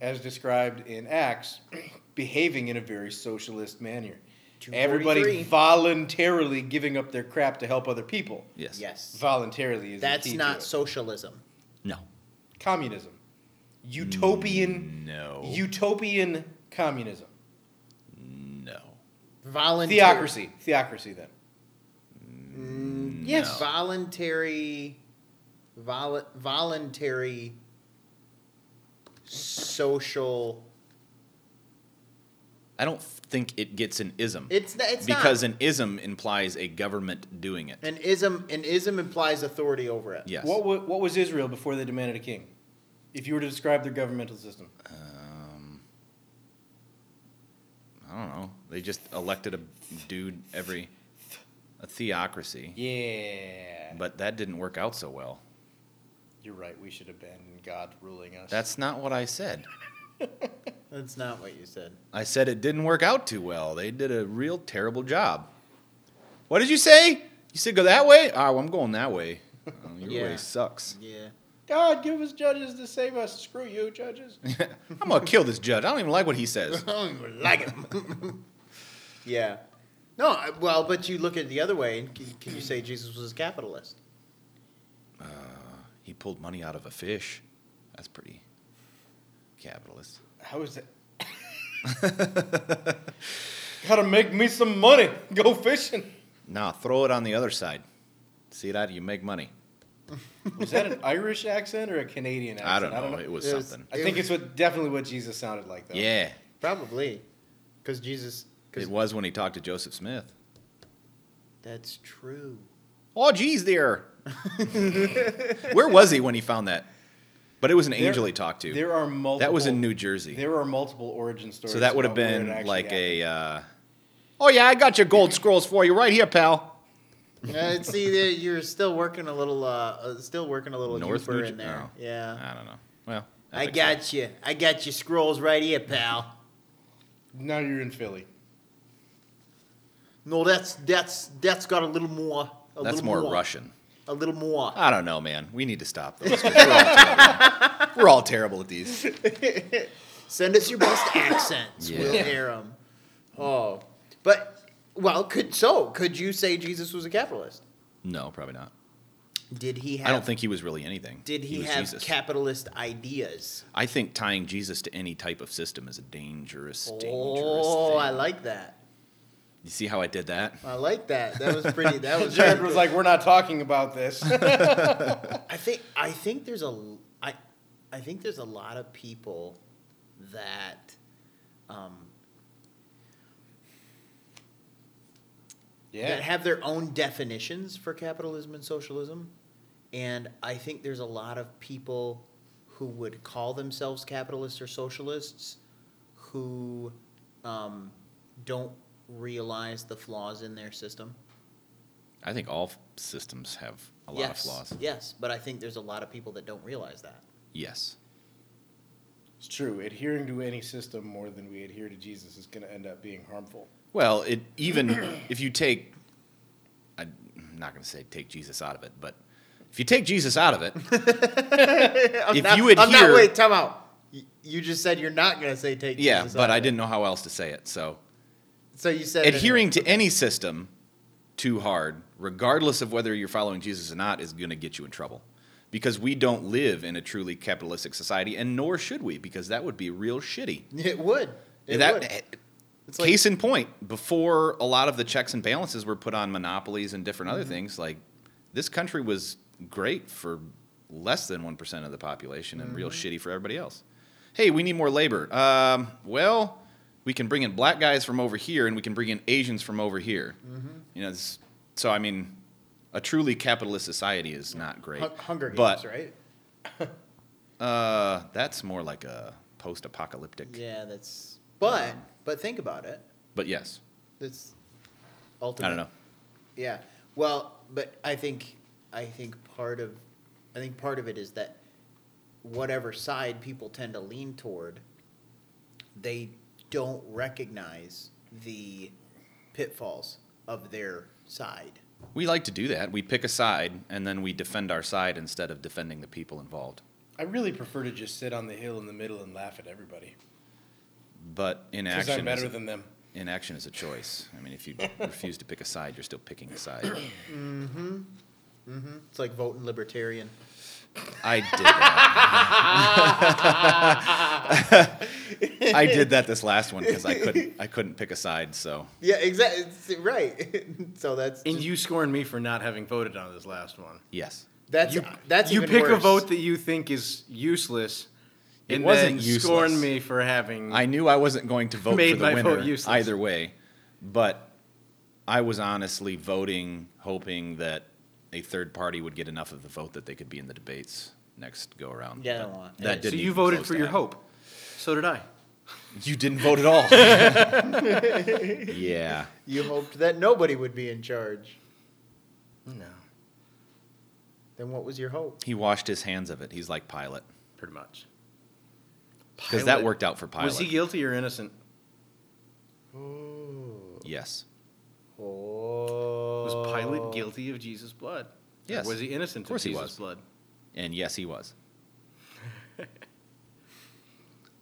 as described in Acts, (clears throat) behaving in a very socialist manner. Everybody 243. voluntarily giving up their crap to help other people. Yes. Yes. Voluntarily is the That's key to not it. socialism. No. communism, utopian, No. utopian communism, no. Voluntary. theocracy, theocracy. Then Mm, Yes. Voluntary. Vol- voluntary. Social. I don't think it gets an ism. It's not. It's because not. an ism implies a government doing it. an ism. An ism implies authority over it. yes. what, wa- what was Israel before they demanded a king? If you were to describe their governmental system, um, I don't know. They just elected a dude every a theocracy, yeah, but that didn't work out so well. you're right. We should abandon God ruling us. That's not what I said. That's not what you said. I said it didn't work out too well. They did a real terrible job. What did you say? You said go that way? Ah, well, I'm going that way. Oh, your Yeah. way sucks. (laughs) Yeah. God, give us judges to save us. Screw you, (laughs) judges. I'm going to kill this judge. I don't even like what he says. like him. yeah. No, I- well, but you look at it the other way, and can, can you say Jesus was a capitalist? Uh, He pulled money out of a fish. That's pretty capitalist. How is that? (laughs) Gotta make me some money. Go fishing. Nah, throw it on the other side. See that? You make money. Was that an Irish accent or a Canadian accent? I don't know. It was It was- something. I think it's what definitely what Jesus sounded like though. yeah. Probably, because Jesus. Because It was when he talked to Joseph Smith. that's true. Oh, geez, there. (laughs) Where was he when he found that? But it was an There- angel he talked to. There are multiple. that was in New Jersey. There are multiple origin stories. So that would have about where it been actually like happened. a. Uh, oh yeah, I got your gold scrolls for you right here, pal. Uh, see, there, you're still working a little. Uh, uh, still working a little North deeper New in Jer- there. oh. Yeah. I don't know. Well, I, think got so. you. I got your scrolls right here, pal. Now you're in (laughs) Philly. No, that's that's that's got a little more. A That's little more Russian. A little more. I don't know, man. We need to stop those. 'cause We're all, terrible. We're all terrible at these. Send us your (coughs) best accents. We'll Yeah. hear them. Oh, but well, could so could you say Jesus was a capitalist? No, probably not. Did he have? I don't think he was really anything. Did he, was have Jesus. capitalist ideas? I think tying Jesus to any type of system is a dangerous, dangerous Oh, thing. I like that. You see how I did that? I like that. That was (laughs) pretty. That was. Jared pretty was good. like, "We're not talking about this." (laughs) I think. I think there's a. l- I, I think there's a lot of people that, um, that yeah. have their own definitions for capitalism and socialism. And I think there's a lot of people who would call themselves capitalists or socialists who um, don't realize the flaws in their system. I think all f- systems have a lot yes, of flaws. Yes, but I think there's a lot of people that don't realize (laughs) that. Yes. It's true. Adhering to any system more than we adhere to Jesus is going to end up being harmful. Well, it even (clears throat) if you take, I'm not going to say take Jesus out of it, but if you take Jesus out of it, if you adhere, I'm not, wait, time out. Y- You just said you're not going to say take yeah, Jesus out but I of it. didn't know how else to say it. So So you said adhering to any system too hard, regardless of whether you're following Jesus or not, is going to get you in trouble. Because we don't live in a truly capitalistic society, and nor should we, because that would be real shitty. It would. It that, eh, would. It's case in point, before a lot of the checks and balances were put on monopolies and different other things, like this country was great for less than 1% of the population and real shitty for everybody else. Hey, we need more labor. Um, well, we can bring in black guys from over here and we can bring in Asians from over here. You know, it's, so I mean, a truly capitalist society is not great. Hun- Hunger Games, but, right? Uh, that's more like a post-apocalyptic. Yeah, that's. But but think about it. But yes, That's I ultimately. don't know. Yeah. Well, but I think I think part of I think part of it is that whatever side people tend to lean toward, they don't recognize the pitfalls of their side. We like to do that. We pick a side and then we defend our side instead of defending the people involved. I really prefer to just sit on the hill in the middle and laugh at everybody But because I'm inaction is, better than them. inaction is a choice. I mean, if you (laughs) refuse to pick a side, you're still picking a side. It's like voting libertarian. I did that. (laughs) (laughs) I did that this last one because I couldn't I couldn't pick a side, so Yeah, exactly. Right. (laughs) so that's And you scorn me for not having voted on this last one. yes. that's you, that's you even pick a worse. vote that you think is useless, It and wasn't then useless. scorn me for having. I knew I wasn't going to vote Made for the my vote winner useless. either way, but I was honestly voting hoping that a third party would get enough of the vote that they could be in the debates next go around. Yeah, I But don't want- that. so didn't you even voted close for to your happen. hope. So did I. You didn't vote (laughs) at all. yeah. You hoped that nobody would be in charge. No, Then what was your hope? He washed his hands of it. He's like Pilate. pretty much. Because that worked out for Pilate. Was he guilty or innocent? yes. Oh. Was Pilate guilty of Jesus' blood? Or Yes. was he innocent Of course of he Jesus' was. blood? And yes, he was.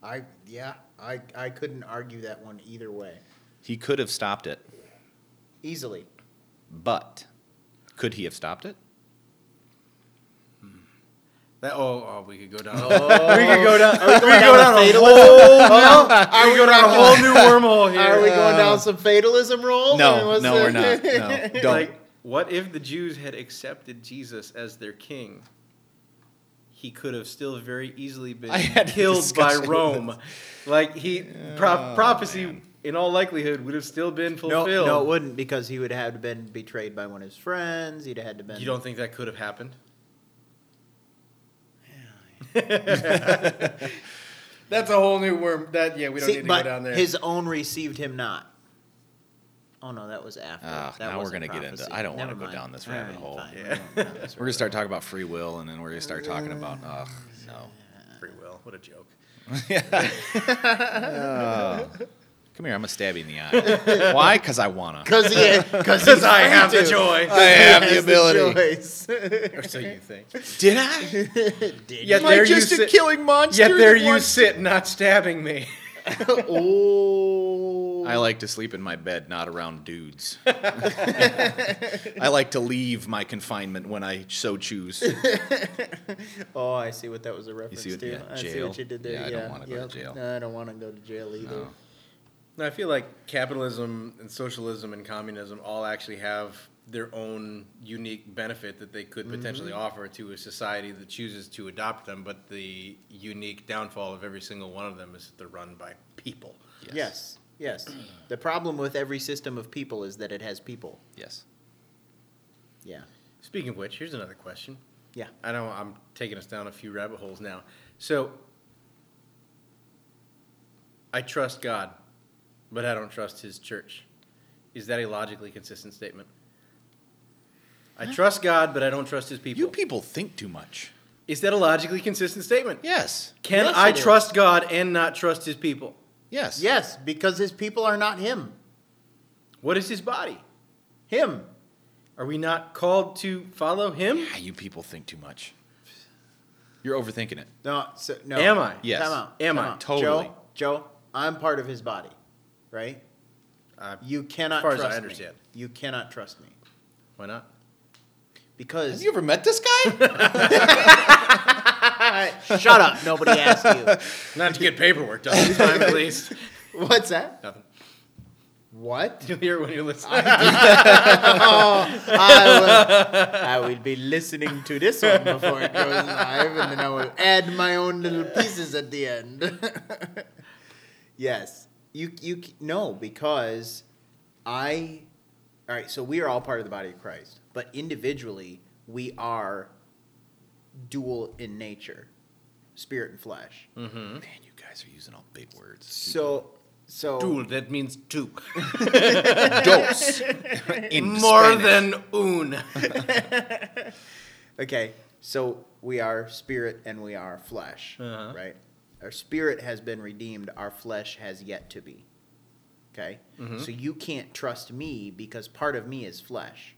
I yeah, I I couldn't argue that one either way. He could have stopped it, Easily. but could he have stopped it? That oh, oh (laughs) we could go down. we could go down. Are we going down a whole? Are we, a whole (laughs) new wormhole (laughs) here. are we going down some fatalism roll? I mean, No, what's no, the- we're not. (laughs) No, (laughs) don't. Like, what if the Jews had accepted Jesus as their king? He could have still very easily been I had a killed by discussion with Rome. Like he pro- prophecy in all likelihood would have still been No, fulfilled. no, it wouldn't because he would have been betrayed by one of his friends. He'd have had to been. you don't think that could have (laughs) happened? That's a whole new worm. That yeah, we don't see, need to but go down there. his own received him not. Oh no, that was after. Ah, that now we're wasn't gonna get into- prophecy. I don't wanna Never go mind. down this All rabbit hole. fine. Yeah. We're (laughs) gonna- We're going to start talking about free will, and then we're going to start talking about, ugh, (laughs) no. Free will. What a joke. Oh. Come here, I'm going to stab you in the (laughs) eye. Why? Because I want to. Cause he, cause Because he's I have free the to. (laughs) joy. (laughs) I have the Has ability. choice. or so you think. Did I? Yet Am I there you just a sit. killing monster? Yet there that you (laughs) wants- sit, not stabbing me. oh. I like to sleep in my bed, not around dudes. (laughs) I like to leave my confinement when I so (laughs) choose. (laughs) Oh, I see what that was a reference see what- to. yeah, I see jail. what you did there. Yeah, Yeah, I don't wanna go to yep. jail. No, I don't want to go to jail either. No. No, I feel like capitalism and socialism and communism all actually have their own unique benefit that they could potentially offer to a society that chooses to adopt them. But the unique downfall of every single one of them is that they're run by people. Yes. yes, The problem with every system of people is that it has people. Yes. Yeah, Speaking of which, here's another question. yeah. I know I'm taking us down a few rabbit holes now. So I trust God, but I don't trust his church. Is that a logically consistent statement? I trust God, but I don't trust his people. You people think too much. is that a logically consistent statement? Yes. Can Yes, I it is. trust God and not trust his people? Yes. Yes, because his people are not him. What is his body? Him. Are we not called to follow him? Ah, you people think too much. You're overthinking it. No, so, no. Am I? Yes. Time out. Am time I? out. Totally. Joe, Joe, I'm part of his body, right? Uh, You cannot As far as I trust understand. me. You cannot trust me. Why not? Have Because you ever met this (laughs) guy? (laughs) shut up, nobody asked you. Not to get paperwork done this time, at least. (laughs) What's that? Nothing. (laughs) (laughs) What? You'll hear it when you listen. I would, Oh, I would be listening to this one before it goes live, and then I will add my own little pieces at the end. (laughs) yes, you you c- no because I. All right, so we are all part of the body of Christ, but individually we are dual in nature, spirit and flesh. Man, you guys are using all big words. (laughs) So so Dual, that means two. Dos. In More than Spanish. un. Okay, so we are spirit and we are flesh, Uh-huh. right? Our spirit has been redeemed, our flesh has yet to be. Okay? Mm-hmm. So you can't trust me because part of me is flesh.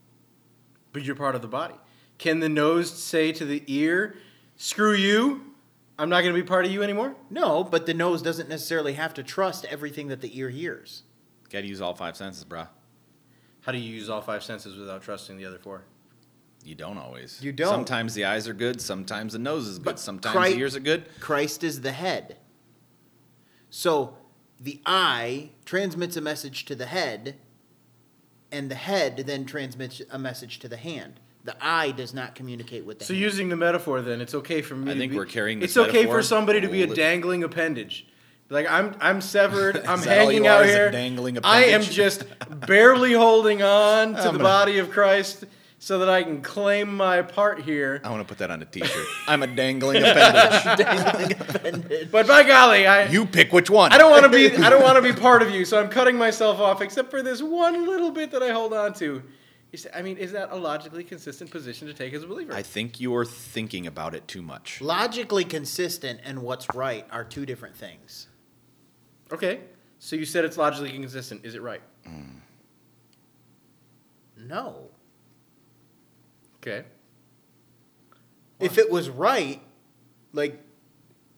(laughs) But you're part of the body. Can the nose say to the ear, screw you, I'm not going to be part of you anymore? No, but the nose doesn't necessarily have to trust everything that the ear hears. Gotta use all five senses, bruh. How do you use all five senses without trusting the other four? You don't always. You don't. Sometimes the eyes are good. Sometimes the nose is good. But sometimes cri- the ears are good. Christ is the head. So the eye transmits a message to the head, and the head then transmits a message to the hand. The eye does not communicate with the So hand. using the metaphor, then it's okay for me. I to think be- we're carrying this It's okay metaphor for somebody to be a li- dangling appendage. Like I'm, I'm (laughs) severed. I'm Is that all hanging you out are, is a here. dangling I am appendage? just barely holding on to I'm the gonna- body of Christ so that I can claim my part here. I want to put that on a T-shirt. (laughs) I'm a dangling appendage. (laughs) But by golly, I you pick which one. (laughs) I don't want to be I don't want to be part of you, so I'm cutting myself off, except for this one little bit that I hold on to. Is- I mean, is that a logically consistent position to take as a believer? (laughs) I think you're thinking about it too much. Logically consistent and what's right are two different things. okay, so you said it's logically consistent. Is it right? No. Okay. If it was right, like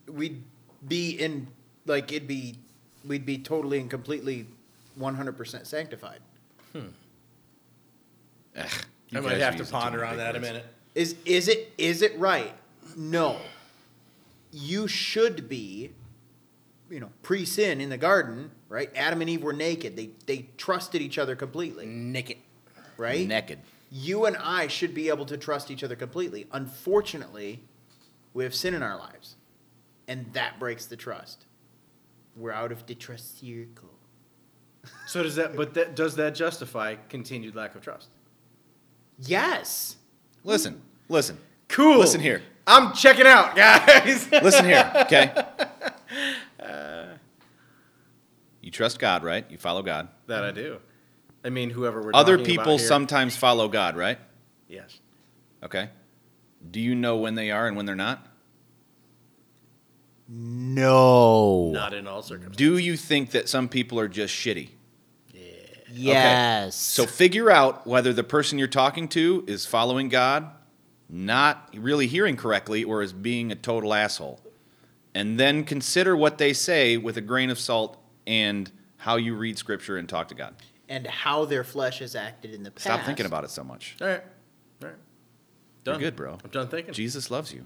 we'd be in like it'd be we'd be totally and completely 100% sanctified. Ugh, I you might guys have are to using too ponder many on big that a words. minute. Is is it is it right? No. You should be, you know, pre sin in the garden, right? Adam and Eve were naked. They they trusted each other completely, Naked. right? Naked. you and I should be able to trust each other completely. Unfortunately, we have sin in our lives, and that breaks the trust. We're out of the trust circle. So does that? But that, does that justify continued lack of trust? Yes. Listen, (laughs) listen, Cool. Listen here. I'm checking out, guys. (laughs) listen here. (laughs) Okay. You trust God, right? You follow God. that I do. I mean, whoever we're Other talking about people here- sometimes follow God, right? yes. Okay. Do you know when they are and when they're not? No. Not in all circumstances. Do you think that some people are just shitty? Yes. So figure out whether the person you're talking to is following God, not really hearing correctly, or is being a total asshole. And then consider what they say with a grain of salt and how you read scripture and talk to God. and how their flesh has acted in the past. Stop thinking about it so much. All right. All right. You're Done. good, bro. I'm done thinking. Jesus loves you.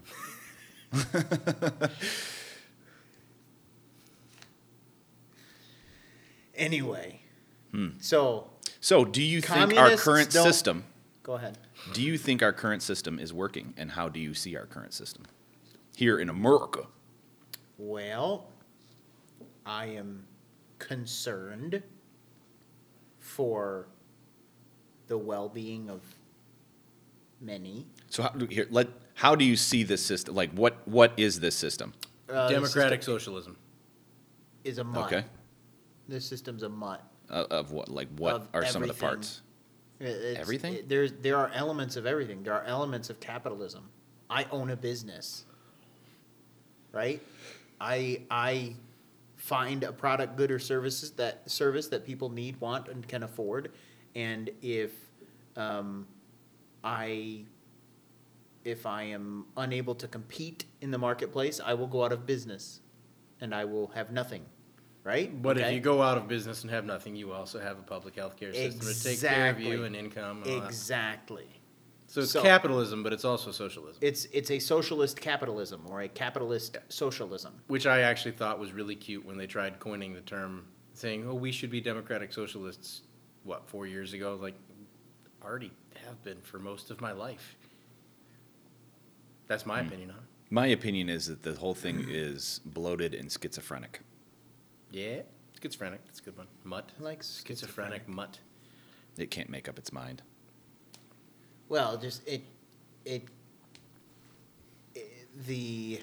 Anyway. Hmm. So So, do you think our Communists current don't- system, go ahead. do you think our current system is working and how do you see our current system here in America? Well, I am concerned for the well-being of many. So how, do- here, let, how do you see this system? Like what, what is this system? Uh, the Democratic system socialism. is a mutt. Okay. This system's a mutt. Uh, of what? Like what Of are some of the everything. parts? It- it's- Everything? it- there's there are elements of everything. There are elements of capitalism. I own a business. Right? I I find a product, good or services that service that people need, want, and can afford. And if um, I if I am unable to compete in the marketplace, I will go out of business and I will have nothing. right? But Okay. if you go out of business and have nothing, you also have a public health care system to take care of you Exactly. and income. And all that. exactly, So it's so- capitalism, but it's also socialism, it's it's a socialist capitalism or a capitalist socialism. which I actually thought was really cute when they tried coining the term, saying, "Oh, we should be democratic socialists." What four years ago? I was Like, already have been for most of my life. That's my opinion on it. My opinion is that the whole thing is bloated and schizophrenic. Yeah, schizophrenic. That's a good one. Mutt. I like schizophrenic mutt. It can't make up its mind. Well, just it, it, it- the.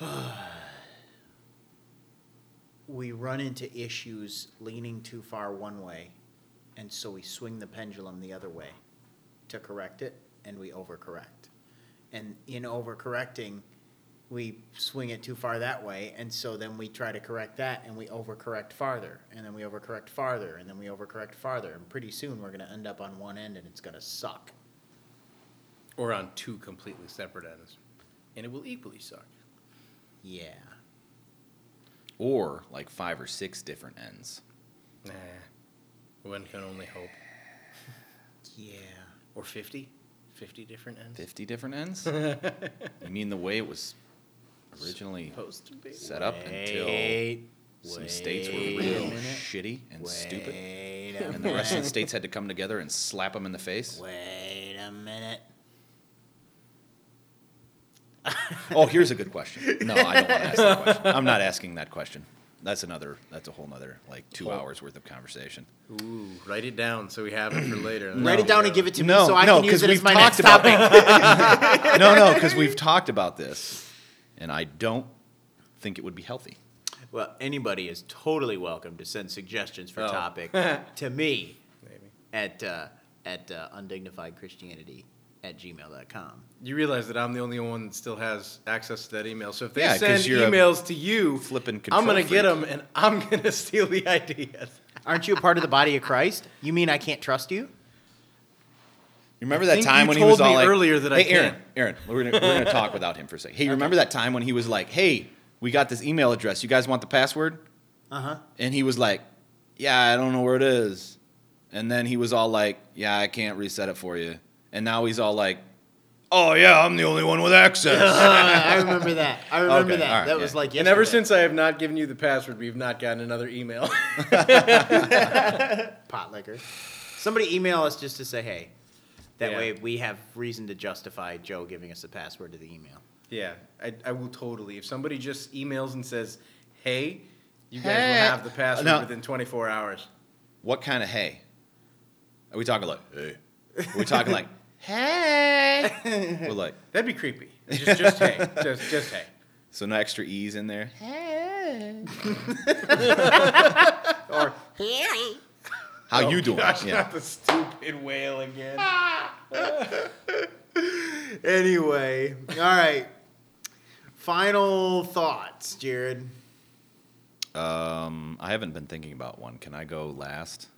(sighs) we run into issues leaning too far one way, and so we swing the pendulum the other way to correct it, and we overcorrect. And in overcorrecting, we swing it too far that way, and so then we try to correct that, and we overcorrect farther, and then we overcorrect farther, and then we overcorrect farther, and pretty soon we're going to end up on one end, and it's going to suck. Or on two completely separate ends, and it will equally suck. Yeah. Or like five or six different ends. Nah, one can only hope. Yeah. Or 50? 50 different ends? 50 different (laughs) ends? you mean the way it was originally Supposed to be. set up until Wait, some states were wait a real minute. shitty and stupid? Wait a And (laughs) the rest of the minute. states had to come together and slap them in the face? Wait a minute. Oh, here's a good question. No, I don't want to ask that (laughs) question. I'm not asking that question. That's another, that's a whole nother, like two hours worth of conversation. Ooh, write it down so we have it for later. Write it down and give it to No, me so I no, can use 'cause it as we've my talked next about (laughs) topic. no, no, because we've talked about this, and I don't think it would be healthy. Well, anybody is totally welcome to send suggestions for Oh. (laughs) topic to me Maybe. at uh, at uh, undignifiedchristianity at gmail.com. You realize that I'm the only one that still has access to that email. So if they Yeah, 'cause send you're a emails to you, flippin' I'm going to control get them and I'm (laughs) going to steal the ideas. Aren't you a part of the body of Christ? You mean I can't trust you? You remember I that think time you when he told was all me like, earlier that I "Hey, Aaron, can't." Aaron, we're gonna, we're gonna talk without him for a second. Hey, you remember that time when he was like, "Hey, we got this email address. You guys want the password?" Uh Uh-huh. huh. And he was like, "Yeah, I don't know where it is." And then he was all like, "Yeah, I can't reset it for you." And now he's all like, "Oh yeah, I'm the only one (laughs) with access." Uh, I remember that. I remember Okay, that. all right, that was yeah. like yesterday. And ever since I have not given you the password, we've not gotten another email. (laughs) pot liquor. Somebody email us just to say hey. That Yeah. way we have reason to justify Joe giving us the password to the email. yeah, I, I will totally. If somebody just emails and says, hey, you guys Hey. will have the password No. within 24 hours. what kind of hay? Are we talking like, "Hey"? Are we talking like, "Hey"? We're like. That'd be creepy. Just, just (laughs) hey. Just, just hey. So no extra E's in there. How you doing? yeah. the stupid whale again. Anyway, all right. Final thoughts, Jared. Um, I haven't been thinking about one. Can I go last?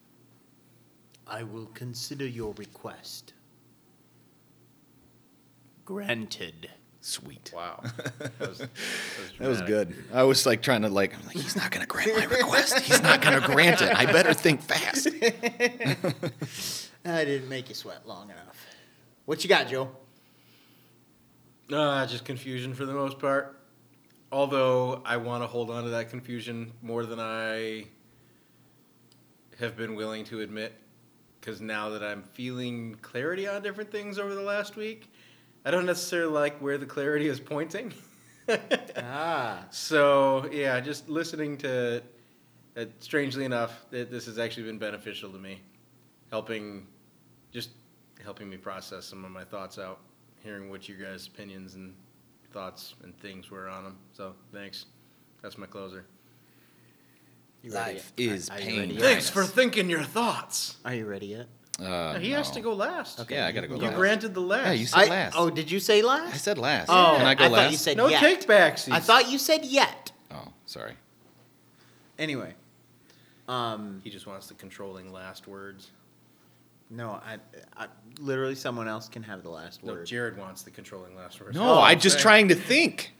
I will consider your request. Granted. (laughs) Sweet. (laughs) Wow. That was, that was That was dramatic. good. I was like trying to like, I'm like, he's not gonna grant my request. He's not gonna grant it. I better think fast. I didn't make you sweat long enough. What you got, Joe? Uh, just confusion for the most part. Although I want to hold on to that confusion more than I have been willing to admit. Because now that I'm feeling clarity on different things over the last week, I don't necessarily like where the clarity is pointing. (laughs) Ah. So yeah, just listening to. Uh, strangely enough, th- this has actually been beneficial to me, helping, just helping me process some of my thoughts out, hearing what your guys' opinions and thoughts and things were on them. So thanks. That's my closer. You ready Life yet? is Are you pain. ready yet? Thanks for thinking your thoughts. Are you ready yet? Uh, he has no. to go last. Okay, yeah, I gotta go. You last. granted the last. Yeah, you said I- last. Oh, did you say last? I said last. Oh, Can I go I last? thought you said no yet. take backsies. I thought you said yet. oh, sorry. Anyway. Um, he just wants the controlling last words. no, I, I literally someone else can have the last No, word. Jared wants the controlling last words. No, Oh, I'm just okay. trying to think.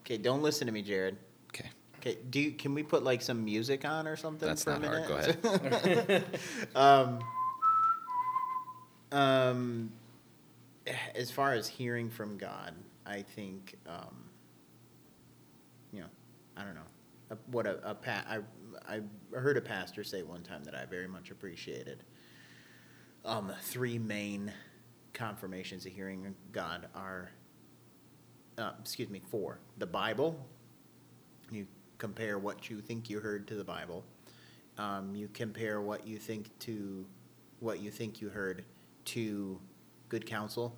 Okay, don't listen to me, Jared. Okay. Okay, do you, can we put like some music on or something That's for a not hard. minute? Go (laughs) um, um, as far as hearing from God, I think, um, you know, I don't know a, what a, a pa- I I heard a pastor say one time that I very much appreciated. Um, three main confirmations of hearing God are, uh, excuse me, four: the Bible, you compare what you think you heard to the Bible. Um, you compare what you think to what you think you heard to good counsel,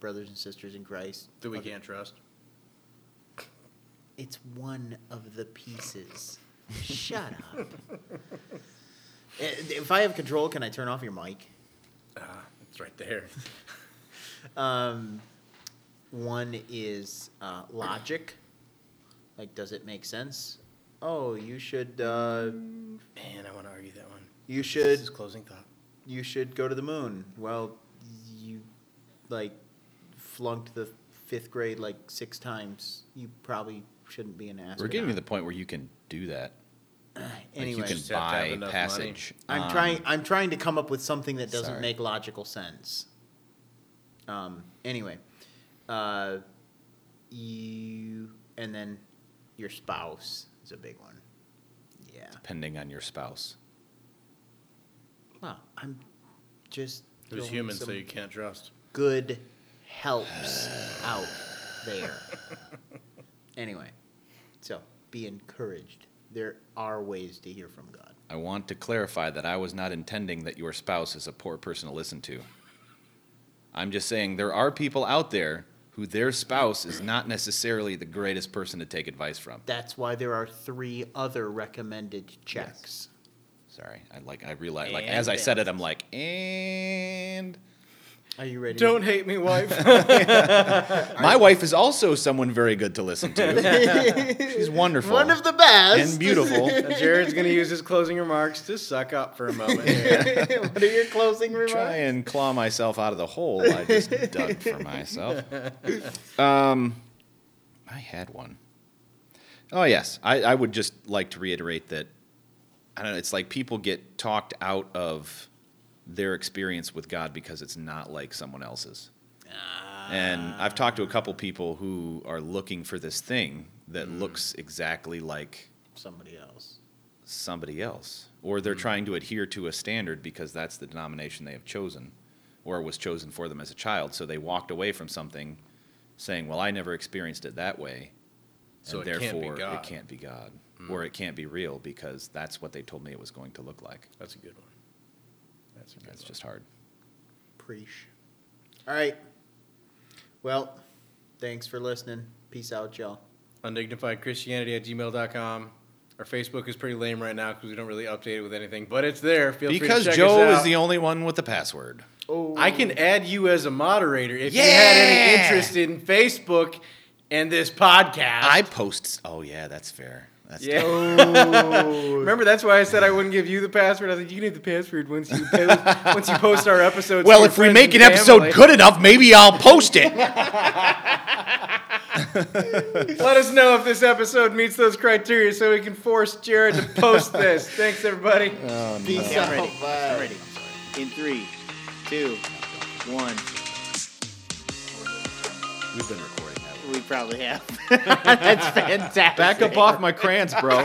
brothers and sisters in Christ. that we Other- can't trust. It's one of the pieces. Shut (laughs) up. Eh, Uh, If I have control, can I turn off your mic? Ah, it's right there. Um, one is uh, logic. Like, does it make sense? Oh, you should. Uh, Man, I want to argue that one. you This should is closing thought. you should go to the moon. Well, you like flunked the fifth grade like six times. You probably shouldn't be an astronaut. We're getting to the point where you can do that. Like anyway. you can Just have to have buy enough money. passage. I'm on- trying. I'm trying to come up with something that doesn't Um, Sorry. make logical sense. Um. Anyway, uh, you and then your spouse is a big one. Yeah. Depending on your spouse. Well, I'm just. Who's throwing human, so some- you can't trust. good helps out (laughs) there. Anyway, so be encouraged. There are ways to hear from God. I want to clarify that I was not intending that your spouse is a poor person to listen to. I'm just saying there are people out there who their spouse is not necessarily the greatest person to take advice from. That's why there are three other recommended checks. Sorry, I like I realize like as I said it, I'm like and Are you ready? Don't hate me, wife. my wife is also someone very good to listen to. (laughs) She's wonderful One of the best. and beautiful. Jared's going to use his closing remarks to suck up for a moment. here. (laughs) what are your (laughs) closing Try remarks? and claw myself out of the hole I just dug for myself. Um, I had one. Oh yes, I, I would just like to reiterate that. I don't know. It's like people get talked out of their experience with God because it's not like someone else's. And I've talked to a couple people who are looking for this thing that looks exactly like Somebody else. somebody else, or they're trying to adhere to a standard because that's the denomination they have chosen or was chosen for them as a child. So they walked away from something saying, Well, I never experienced it that way. So and it can't be therefore, God." it can't be God, Mm. or it can't be real because that's what they told me it was going to look like. That's a good one. That's a good That's one. just hard. Preach. All right. Well, thanks for listening. Peace out, y'all. undignifiedchristianity at gmail.com. Our Facebook is pretty lame right now because we don't really update it with anything, but it's there. Feel Because free to check Joe us is out. the only one with the password. I can add you as a moderator if you had any Yeah! interest in Facebook and this podcast. I post. Oh, yeah, that's fair. That's yeah. tough. Remember that's why I said I wouldn't give you the password. I was like, you need the password once you post, once you post our episodes. Well, to if we friends make an and episode family. good enough, maybe I'll post it. (laughs) let us know if this episode meets those criteria, so we can force Jared to post this. Thanks, everybody. Peace out. Bye. In three, two, one. We've been recording that. We probably have. That's fantastic. Back up off my crayons, bro.